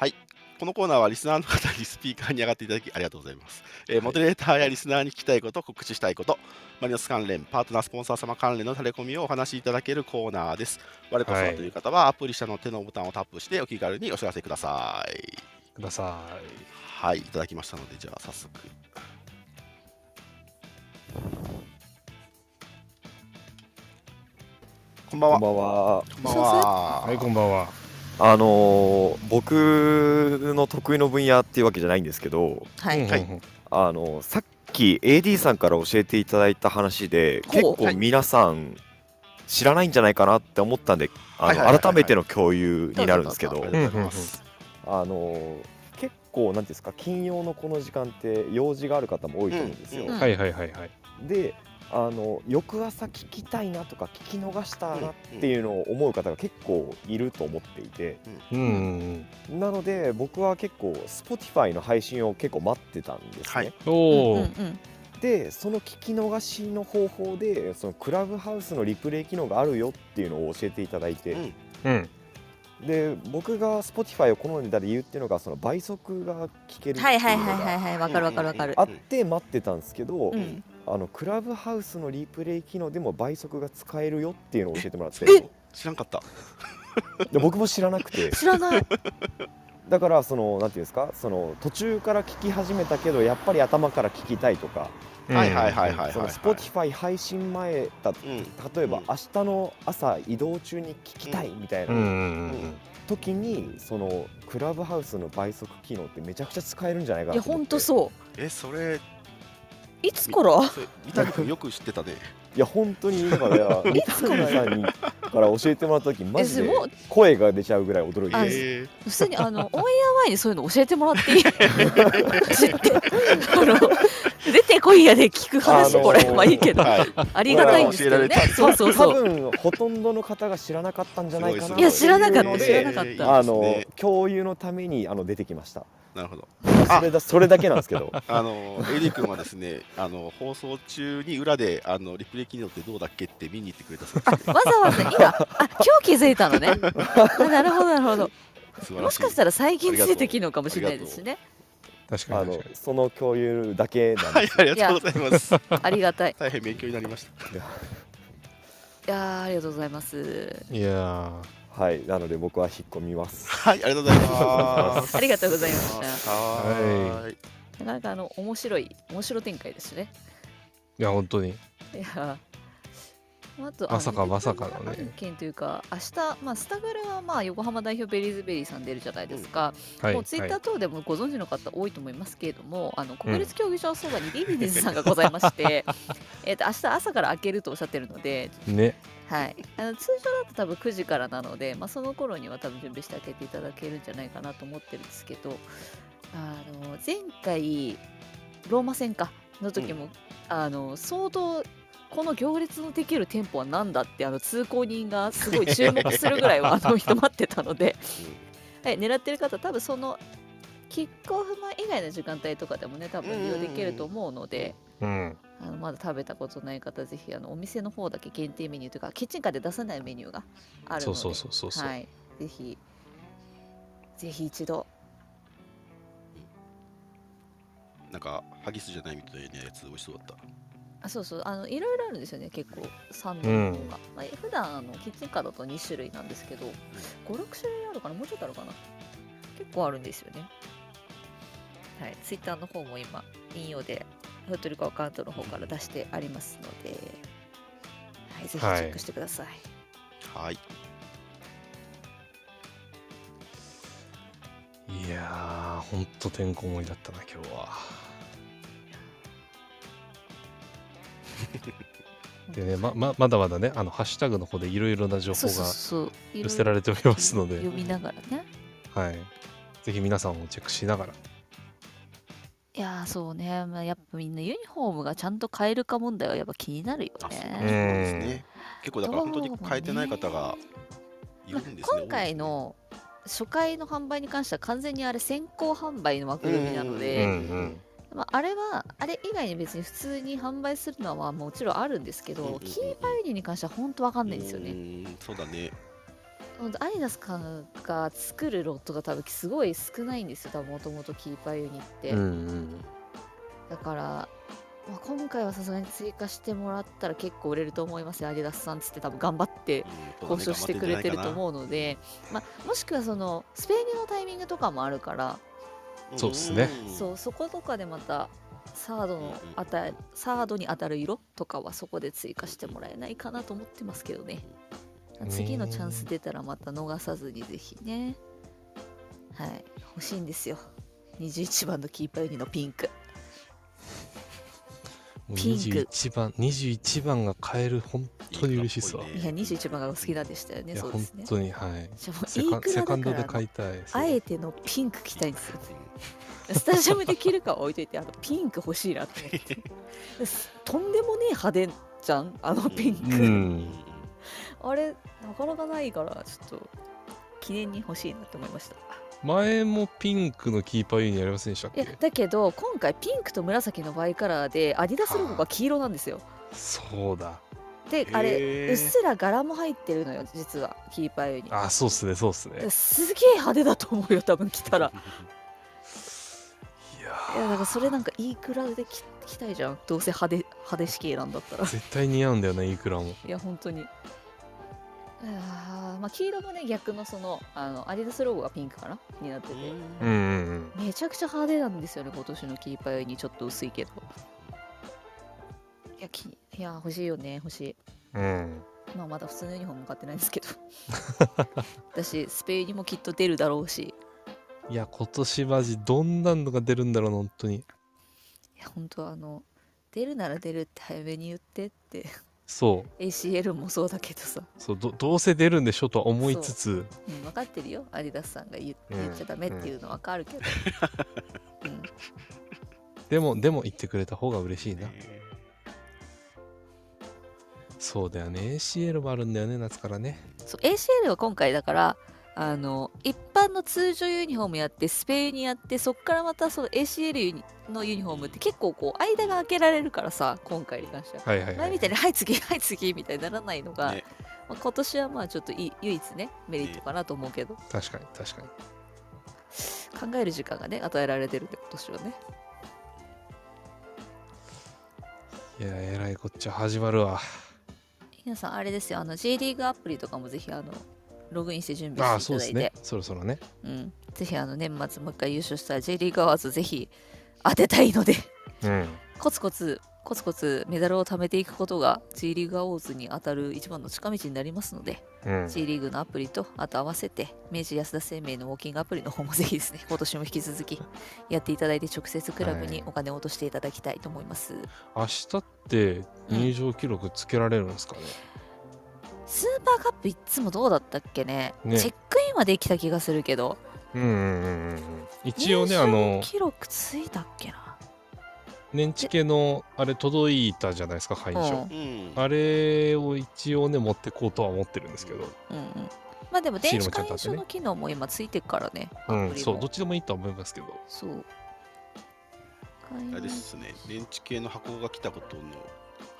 [SPEAKER 2] はい。このコーナーはリスナーの方にスピーカーに上がっていただきありがとうございます。えーモデレーターやリスナーに聞きたいこと、告知したいこと、マリノス関連、パートナースポンサー様関連のタレコミをお話しいただけるコーナーです。我こそはという方はアプリ下の手のボタンをタップしてお気軽にお知らせください。
[SPEAKER 1] くださ
[SPEAKER 2] はい、いただきましたので、じゃあ早速。こんばん
[SPEAKER 4] こ
[SPEAKER 2] は。
[SPEAKER 4] んば
[SPEAKER 2] こんば
[SPEAKER 4] んは。
[SPEAKER 2] んは。
[SPEAKER 1] い。はい、こんばんは。
[SPEAKER 4] あのー僕の得意の分野っていうわけじゃないんですけど、
[SPEAKER 3] は
[SPEAKER 1] うん
[SPEAKER 3] い。
[SPEAKER 1] うんうん
[SPEAKER 4] あのーさっき AD さんから教えていただいた話で、
[SPEAKER 3] ほう
[SPEAKER 4] 結構皆さん知らないんじゃないかなって思ったんで、あ
[SPEAKER 2] はいはいはいは
[SPEAKER 4] の
[SPEAKER 2] い
[SPEAKER 4] 改めての共有になるんですけ
[SPEAKER 3] どう
[SPEAKER 4] ど
[SPEAKER 2] ありが、とうございます。
[SPEAKER 4] あのー結構なんていうんですか、金曜のこの時間って用事がある方も多いと思うんですよ。
[SPEAKER 2] うんうん
[SPEAKER 1] はいはいはいはい。
[SPEAKER 4] であの翌朝聞きたいなとか聞き逃したなっていうのを思う方が結構いると思っていて
[SPEAKER 1] うんうんうん。
[SPEAKER 4] なので僕は結構 Spotify の配信を結構待ってたんですね、
[SPEAKER 2] はい
[SPEAKER 1] お
[SPEAKER 3] うん
[SPEAKER 1] お
[SPEAKER 3] うん。うん
[SPEAKER 4] でその聞き逃しの方法でそのクラブハウスのリプレイ機能があるよっていうのを教えていただいて、
[SPEAKER 2] うん
[SPEAKER 1] うん。。
[SPEAKER 4] で僕が Spotify を好んでた理由っていうのがその倍速が聞けるって
[SPEAKER 3] はいいうはいはい
[SPEAKER 4] の
[SPEAKER 3] はい
[SPEAKER 4] が
[SPEAKER 3] はいわかるわかるわかる
[SPEAKER 4] あって待ってたんですけど、
[SPEAKER 3] うん
[SPEAKER 4] あのクラブハウスのリプレイ機能でも倍速が使えるよっていうのを教えてもらって
[SPEAKER 2] 知らんかった。
[SPEAKER 4] で僕も知らなくて
[SPEAKER 3] 知らない
[SPEAKER 4] だからそのなんていうんですかその途中から聞き始めたけどやっぱり頭から聞きたいとか
[SPEAKER 2] はいはいはいはいい
[SPEAKER 4] そ
[SPEAKER 2] は
[SPEAKER 4] の
[SPEAKER 2] い。
[SPEAKER 4] Spotify 配信前だ
[SPEAKER 2] うん。
[SPEAKER 4] 例えば
[SPEAKER 2] うん
[SPEAKER 4] 明日の朝移動中に聞きたいみたい
[SPEAKER 1] うん
[SPEAKER 4] な
[SPEAKER 1] うんうんうん。
[SPEAKER 4] 時にそのクラブハウスの倍速機能ってめちゃくちゃ使えるんじゃないか
[SPEAKER 3] い
[SPEAKER 4] な
[SPEAKER 3] や
[SPEAKER 4] と
[SPEAKER 3] ほ
[SPEAKER 4] 思って
[SPEAKER 3] んとそう
[SPEAKER 2] え、それ、
[SPEAKER 3] いつから
[SPEAKER 2] それ三谷君よく知ってたね。
[SPEAKER 4] いや本当にだから 三谷さんにから教えてもらった時マジ
[SPEAKER 3] え
[SPEAKER 4] です
[SPEAKER 3] ごい
[SPEAKER 4] 声が出ちゃうぐらい驚 い
[SPEAKER 3] あ
[SPEAKER 4] て
[SPEAKER 2] え
[SPEAKER 3] 普通にあのオンエア前にそういうの教えてもらっていい 知ってあの出てこいやで聞く話
[SPEAKER 4] あのー
[SPEAKER 3] これまあいいけ
[SPEAKER 2] ー
[SPEAKER 3] ど
[SPEAKER 2] はい。
[SPEAKER 3] ありがたいんですけどね
[SPEAKER 2] 教えら
[SPEAKER 3] そうそう
[SPEAKER 4] 多
[SPEAKER 3] そう
[SPEAKER 4] 分ほとんどの方が知らなかったんじゃないか
[SPEAKER 2] す
[SPEAKER 4] な
[SPEAKER 2] ご
[SPEAKER 3] いや知らなかった
[SPEAKER 4] というの
[SPEAKER 3] 知ら
[SPEAKER 4] で
[SPEAKER 3] なかった
[SPEAKER 2] えー
[SPEAKER 4] あ
[SPEAKER 2] いい
[SPEAKER 4] の
[SPEAKER 2] ですね
[SPEAKER 4] 共有のためにあの出てきました
[SPEAKER 2] なるほど。あ
[SPEAKER 4] それだそれだけなんですけど
[SPEAKER 2] あのエリー君はですね、あの放送中に裏であのリプレイ機能ってどうだっけって見に行ってくれたそうです、ね。
[SPEAKER 3] わざわざ今あ今日気づいたのねあなるほどなるほど
[SPEAKER 2] 素晴
[SPEAKER 3] も
[SPEAKER 2] らし
[SPEAKER 3] し
[SPEAKER 2] い。
[SPEAKER 3] かしたら最近ついてきのかもしれないですしね
[SPEAKER 1] 確か
[SPEAKER 4] あ
[SPEAKER 1] に
[SPEAKER 4] の
[SPEAKER 1] 確かに。
[SPEAKER 4] その共有だけなん
[SPEAKER 2] は
[SPEAKER 4] で
[SPEAKER 2] い、ありがとうございます。
[SPEAKER 3] ありがたい
[SPEAKER 2] 大変勉強になりました。
[SPEAKER 4] すが、
[SPEAKER 3] いやーありがとうございます
[SPEAKER 1] いや
[SPEAKER 4] はいなので僕は引っ込みます
[SPEAKER 2] はい、ありがとうございます。
[SPEAKER 3] ありがとうございまし
[SPEAKER 2] はーい。
[SPEAKER 3] たなかなかあの面白い面白展開ですね
[SPEAKER 1] ーいや本当に。
[SPEAKER 3] いやーあと
[SPEAKER 1] まさかまさか
[SPEAKER 3] の
[SPEAKER 1] のね
[SPEAKER 3] 案件というか明日、まあ、スタグルはまあ横浜代表ベリーズベリーさん出るじゃないですか、
[SPEAKER 1] はい。
[SPEAKER 3] もうツイッター
[SPEAKER 1] はい
[SPEAKER 3] 等でもご存知の方多いと思いますけれども、あの国立競技場そばにリリディズさんがございまして、えっと明日朝から開けるとおっしゃってるので、
[SPEAKER 1] ね。
[SPEAKER 3] はい、あの通常だと多分9時からなので、まあ、その頃には多分準備して開けていただけるんじゃないかなと思ってるんですけどあの前回ローマ戦かの時も、あの相当この行列のできる店舗は何だってあの通行人がすごい注目するぐらいはあの人待ってたので、はい、狙ってる方多分そのキックオフ前以外の時間帯とかでもね多分利用できると思うので。
[SPEAKER 1] うん。
[SPEAKER 3] あのまだ食べたことない方ぜひあのお店の方だけ限定メニューというかキッチンカーで出さないメニューがあるので
[SPEAKER 1] そうそうそうそうそう
[SPEAKER 3] はい、ぜひぜひ一度
[SPEAKER 2] なんかハギスじゃないみたいなやつ美味しそうだっ
[SPEAKER 3] あそうそうあのいろいろあるんですよね結構三度の方が、まあ、普段あのキッチンカーだと2種類なんですけど56種類あるかなもうちょっとあるかな結構あるんですよねはいツイッターの方も今引用でフートリコアカウントの方から出してありますので、はい、ぜひチェックしてください、
[SPEAKER 2] た。はい。
[SPEAKER 1] いやー本当てんこ盛りだったな今日は。でねまままだまだねあのハッシュタグの方でいろいろな情報
[SPEAKER 3] そうそう
[SPEAKER 1] が
[SPEAKER 3] そういろ
[SPEAKER 1] 寄
[SPEAKER 3] い
[SPEAKER 1] せ
[SPEAKER 3] ろ
[SPEAKER 1] られておりますので、
[SPEAKER 3] 読みながらね
[SPEAKER 1] はい。ぜひ皆さんもチェックしながら。
[SPEAKER 3] いやーそうね、まあ、やっぱみんなユニフォームがちゃんと変えるか問題はやっぱ気になるよ
[SPEAKER 2] あ、そうそう
[SPEAKER 3] ね。
[SPEAKER 2] ですね。結構だから本当に変えてない方がいるんですね。
[SPEAKER 3] 今回の初回の販売に関しては完全にあれ先行販売の枠組みなの
[SPEAKER 1] う
[SPEAKER 2] え
[SPEAKER 1] ん
[SPEAKER 2] え
[SPEAKER 1] う
[SPEAKER 3] で、
[SPEAKER 1] ん。
[SPEAKER 3] まあ、あれはあれ以外に別に普通に販売するのはまあもちろんあるんですけ
[SPEAKER 2] うんうんう
[SPEAKER 3] ど
[SPEAKER 2] ん
[SPEAKER 3] キーパイリーに関しては本当わか
[SPEAKER 2] 多
[SPEAKER 3] んないんですよね。
[SPEAKER 2] ね。そうだね。
[SPEAKER 3] ほんとアディダスさんが作るロットが多分すごい少ないんですよ多分もともとキーパーユニって。
[SPEAKER 1] うんうん。
[SPEAKER 3] だから、まあ、今回はさすがに追加してもらったら結構売れると思いますよアディダスさんつって多分頑張って
[SPEAKER 2] うん
[SPEAKER 3] 交渉してくれてると思うので、まあ、もしくはそのスペインのタイミングとかもあるから、
[SPEAKER 2] うん
[SPEAKER 1] そうっすね
[SPEAKER 3] そうそことかでまたサードのあたサードに当たる色とかはそこで追加してもらえないかなと思ってますけどね
[SPEAKER 1] ね
[SPEAKER 3] 次のチャンス出たらまた逃さずにぜひねはい欲しいんですよ21番のキーパーユニのピンク
[SPEAKER 1] もう
[SPEAKER 3] ピンク
[SPEAKER 1] 21番、21番が買える、本当に嬉しいっすわ。い
[SPEAKER 3] いや21番がお好きなんでしたよね
[SPEAKER 1] や、
[SPEAKER 3] そうで
[SPEAKER 1] 本
[SPEAKER 3] すね
[SPEAKER 1] 当に、はい。
[SPEAKER 3] じゃあもう
[SPEAKER 1] セ
[SPEAKER 3] いい
[SPEAKER 1] カン
[SPEAKER 3] く
[SPEAKER 1] セ
[SPEAKER 3] らだ
[SPEAKER 1] カ
[SPEAKER 3] か
[SPEAKER 1] ンドで
[SPEAKER 3] ら
[SPEAKER 1] 買いたい。そう
[SPEAKER 3] あえてのピンク着たい んですよスタジアムで着るかは置いといてあのピンク欲しいなって思 ってとんでもねえ派手じゃんあのピンク、
[SPEAKER 1] うん
[SPEAKER 3] あれなかなかないからちょっと記念に欲しいなって思いました
[SPEAKER 1] 前もピンクのキーパーユニありませんでしたっ
[SPEAKER 3] いや
[SPEAKER 1] け
[SPEAKER 3] だけど今回ピンクと紫のバイカラーでアディダスロゴが黄色なんですよ
[SPEAKER 1] そうだ。
[SPEAKER 3] であれ
[SPEAKER 1] へー
[SPEAKER 3] うっすら柄も入ってるのよ実はキーパイに
[SPEAKER 1] あ、そうっすね、そうっすね。い
[SPEAKER 3] すげえ派手だと思うよ多分着た
[SPEAKER 1] や
[SPEAKER 3] らいやだ
[SPEAKER 1] ー
[SPEAKER 3] からそれなんかいいクラウで着着たいじゃんどうせ派手派手式なん だったら
[SPEAKER 1] 絶対似合うんだよね、いくらも。
[SPEAKER 3] いや本当にあーまあ黄色もね逆のそのあのアディダスロゴがピンクかなになってて、
[SPEAKER 1] うんうんうん。
[SPEAKER 3] めちゃくちゃ派手なんですよね今年のキーパーにちょっと薄いけどいやきいや欲しいよね欲しい
[SPEAKER 1] うん。
[SPEAKER 3] まあまだ普通のユニフォーム買ってないんですけ ど私スペインにもきっと出るだろうし
[SPEAKER 1] いや、今年マジ、どんなのが出るんだろうな、本当に。
[SPEAKER 3] いや本当はあの出るなら出るって早めに言ってって
[SPEAKER 1] そう。
[SPEAKER 3] ACL もそうだけどさ、
[SPEAKER 1] そうどどうせ出るんでしょとは思いつつ、
[SPEAKER 3] うん、分かってるよアディダスさんが言
[SPEAKER 1] うん
[SPEAKER 3] 言っちゃダメっていうの分かるけど、 うん
[SPEAKER 1] でも、でも言ってくれた方が嬉しいな。そうだよね。ACL もあるんだよね、夏からね。
[SPEAKER 3] そう ACL は今回だからあの一般の通常ユニフォームやってスペインにやってそっからまたその ACL ユニのユニフォームって結構こう間が空けられるからさ今回に関しては。
[SPEAKER 1] はいはい、は
[SPEAKER 3] 前
[SPEAKER 1] い。
[SPEAKER 3] みたいに「はい次はい次」みたいにならないのが、
[SPEAKER 2] ね
[SPEAKER 3] まあ今年はまあちょっとい唯一ねメリットかなと思うけど、
[SPEAKER 1] 確かに、確かに。
[SPEAKER 3] 考える時間がね与えられてるって今年はね
[SPEAKER 1] いや、えらいこっちゃ始まるわ。
[SPEAKER 3] 皆さんあれですよあの J リーグアプリとかもぜひあのログインして準
[SPEAKER 1] あ
[SPEAKER 3] 備
[SPEAKER 1] あ、
[SPEAKER 3] して
[SPEAKER 1] そ
[SPEAKER 3] いうた
[SPEAKER 1] で
[SPEAKER 3] だ
[SPEAKER 1] す
[SPEAKER 3] いて
[SPEAKER 1] ね。そろそろね。
[SPEAKER 3] うん、ぜひあの年末もう一回優勝したら J リーグアワーズぜひ当てたいので
[SPEAKER 1] うん。
[SPEAKER 3] コツコツコツコツメダルを貯めていくことが J リーグアウォーズに当たる一番の近道になりますので、
[SPEAKER 1] うん。
[SPEAKER 3] J リーグのアプリとあと合わせて明治安田生命のウォーキングアプリの方もぜひですね今年も引き続きやっていただいて直接クラブにお金を落としていただきたいと思います、
[SPEAKER 1] 明日って入場記録つけられるんですかね、
[SPEAKER 3] スーパーカップいっつもどうだったっけね
[SPEAKER 1] ね
[SPEAKER 3] チェックインはできた気がするけど
[SPEAKER 1] うん、うんうんうんうん一応ね
[SPEAKER 3] 入賞
[SPEAKER 1] あの
[SPEAKER 3] 記録ついたっけな
[SPEAKER 1] 年知系のあれ届いたじゃないですか会場、
[SPEAKER 3] う
[SPEAKER 2] うん
[SPEAKER 1] あれを一応ね持ってこうとは思ってるんですけど
[SPEAKER 3] うんうんまあでも
[SPEAKER 1] シー
[SPEAKER 3] 電
[SPEAKER 1] ル
[SPEAKER 3] 子
[SPEAKER 1] もちゃんとあっ
[SPEAKER 3] 会員
[SPEAKER 1] て
[SPEAKER 3] 証
[SPEAKER 1] ね
[SPEAKER 3] の機能も今ついてっからね
[SPEAKER 1] う
[SPEAKER 3] アプリも、
[SPEAKER 1] んそうどっちでもいいとは思いますけど
[SPEAKER 3] そう会員
[SPEAKER 2] あれで
[SPEAKER 3] 証
[SPEAKER 2] すね、電池系の箱が来たことの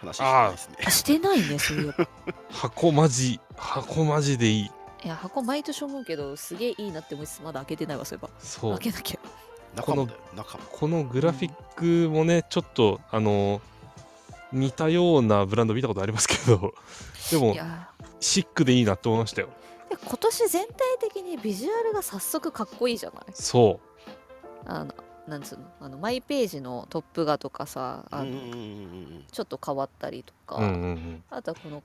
[SPEAKER 2] 話してないですね。
[SPEAKER 3] あしてないねそういえば
[SPEAKER 1] 箱マジ箱マジでいい
[SPEAKER 3] いや箱毎年思うけどすげえいいなって思いつつまだ開けてないわそういえば
[SPEAKER 1] そう
[SPEAKER 3] 開けなきゃ
[SPEAKER 2] 中もだよ、中も。
[SPEAKER 1] このグラフィックもねちょっとあの似たようなブランド見たことありますけど でも
[SPEAKER 3] いや
[SPEAKER 1] シックでいいなって思いましたよ
[SPEAKER 3] で今年全体的にビジュアルが早速かっこいいじゃない
[SPEAKER 1] そ
[SPEAKER 3] あのなんつうのあのマイページのトップ画とかさあ
[SPEAKER 2] う
[SPEAKER 3] の、
[SPEAKER 2] んうんうんうん
[SPEAKER 3] ちょっと変わったりとか、
[SPEAKER 1] ううんうんうん
[SPEAKER 3] あとはこの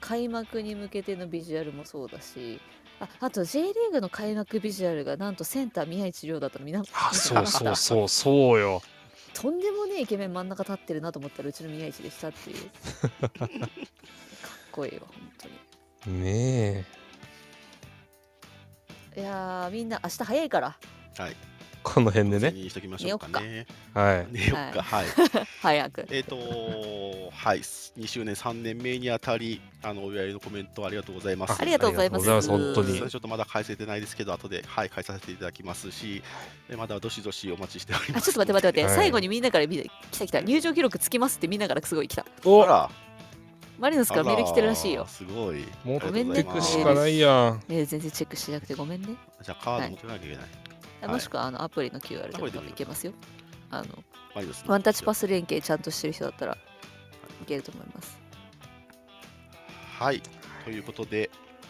[SPEAKER 3] 開幕に向けてのビジュアルもそうだしああと J リーグの開幕ビジュアルがなんとセンター宮市亮だったのみんな
[SPEAKER 1] あそうそうそうそうよ
[SPEAKER 3] とんでもねえイケメン真ん中立ってるなと思ったらうちの宮市でしたっていうかっこいいわ本当に
[SPEAKER 1] ねえ
[SPEAKER 3] いやーみんな明日早いから
[SPEAKER 2] はい。
[SPEAKER 1] この辺で
[SPEAKER 2] ね。
[SPEAKER 1] ね
[SPEAKER 2] にしときましょうかね。
[SPEAKER 1] はい
[SPEAKER 2] 寝よっか。はい。
[SPEAKER 3] 早く
[SPEAKER 2] えっとー、はい。2周年、3年目にあたり、あのお祝いのコメントありがとうございます
[SPEAKER 3] あ。りがとうございます
[SPEAKER 1] ありがとうございます本当
[SPEAKER 2] ち
[SPEAKER 1] に
[SPEAKER 2] ょっとまだ返せてないですけど、後で、はい、返させていただきますし、えまだどしどしお待ちしており
[SPEAKER 3] あ
[SPEAKER 2] ます。
[SPEAKER 3] ちょっと待って待って待って、
[SPEAKER 1] はい
[SPEAKER 3] 最後にみんなから見て来た来た入場記録つきますってみんなからすごい来た
[SPEAKER 2] おあら、
[SPEAKER 3] マリノスからメール来てるらしい
[SPEAKER 2] あ
[SPEAKER 3] よ
[SPEAKER 2] ら、すごい。
[SPEAKER 1] 持っ
[SPEAKER 2] ありが
[SPEAKER 1] て
[SPEAKER 2] とうございま
[SPEAKER 1] く
[SPEAKER 2] す
[SPEAKER 1] しかないやん。
[SPEAKER 3] メール全然チェックしてなくてごめんね
[SPEAKER 2] じゃあ、カード持ってなきゃいけない。はい
[SPEAKER 3] もしくはあのアプリの QR で
[SPEAKER 2] アプ
[SPEAKER 3] も
[SPEAKER 2] リで
[SPEAKER 3] 多
[SPEAKER 2] も
[SPEAKER 3] 分
[SPEAKER 2] いい
[SPEAKER 3] いけますよあの
[SPEAKER 2] マリノスの
[SPEAKER 3] ワンタッチパス連携ちゃんとしてる人だったらいけると思います
[SPEAKER 2] はい、ということで、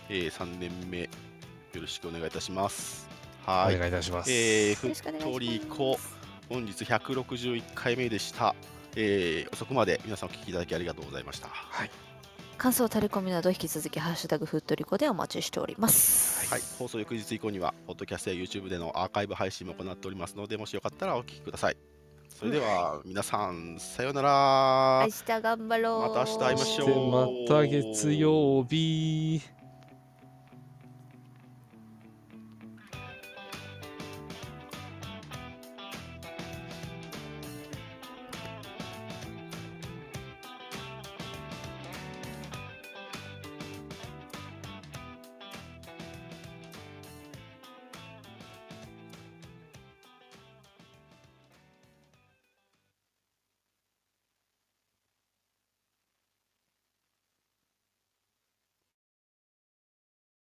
[SPEAKER 2] えー、3年目よろしくお願いいたします。
[SPEAKER 1] お
[SPEAKER 2] はい、
[SPEAKER 1] 願いいたします。
[SPEAKER 2] えー、
[SPEAKER 3] よ
[SPEAKER 2] ふ
[SPEAKER 3] ろしくお願いしま
[SPEAKER 2] っ
[SPEAKER 3] す
[SPEAKER 2] とりこ本日161回目でした。えー、遅くまで皆さんお聞きいただきありがとうございました。はい、
[SPEAKER 3] 感想タレコミなど引き続き「ハッシュタグふっとりこ」でお待ちしております
[SPEAKER 2] 放送翌日以降にはポッドキャストや YouTube でのアーカイブ配信も行っておりますので、もしよかったらお聞きください。それでは皆さんさようなら。
[SPEAKER 3] 明日頑張ろう
[SPEAKER 2] また明日会いましょう
[SPEAKER 1] そしてまた月曜日。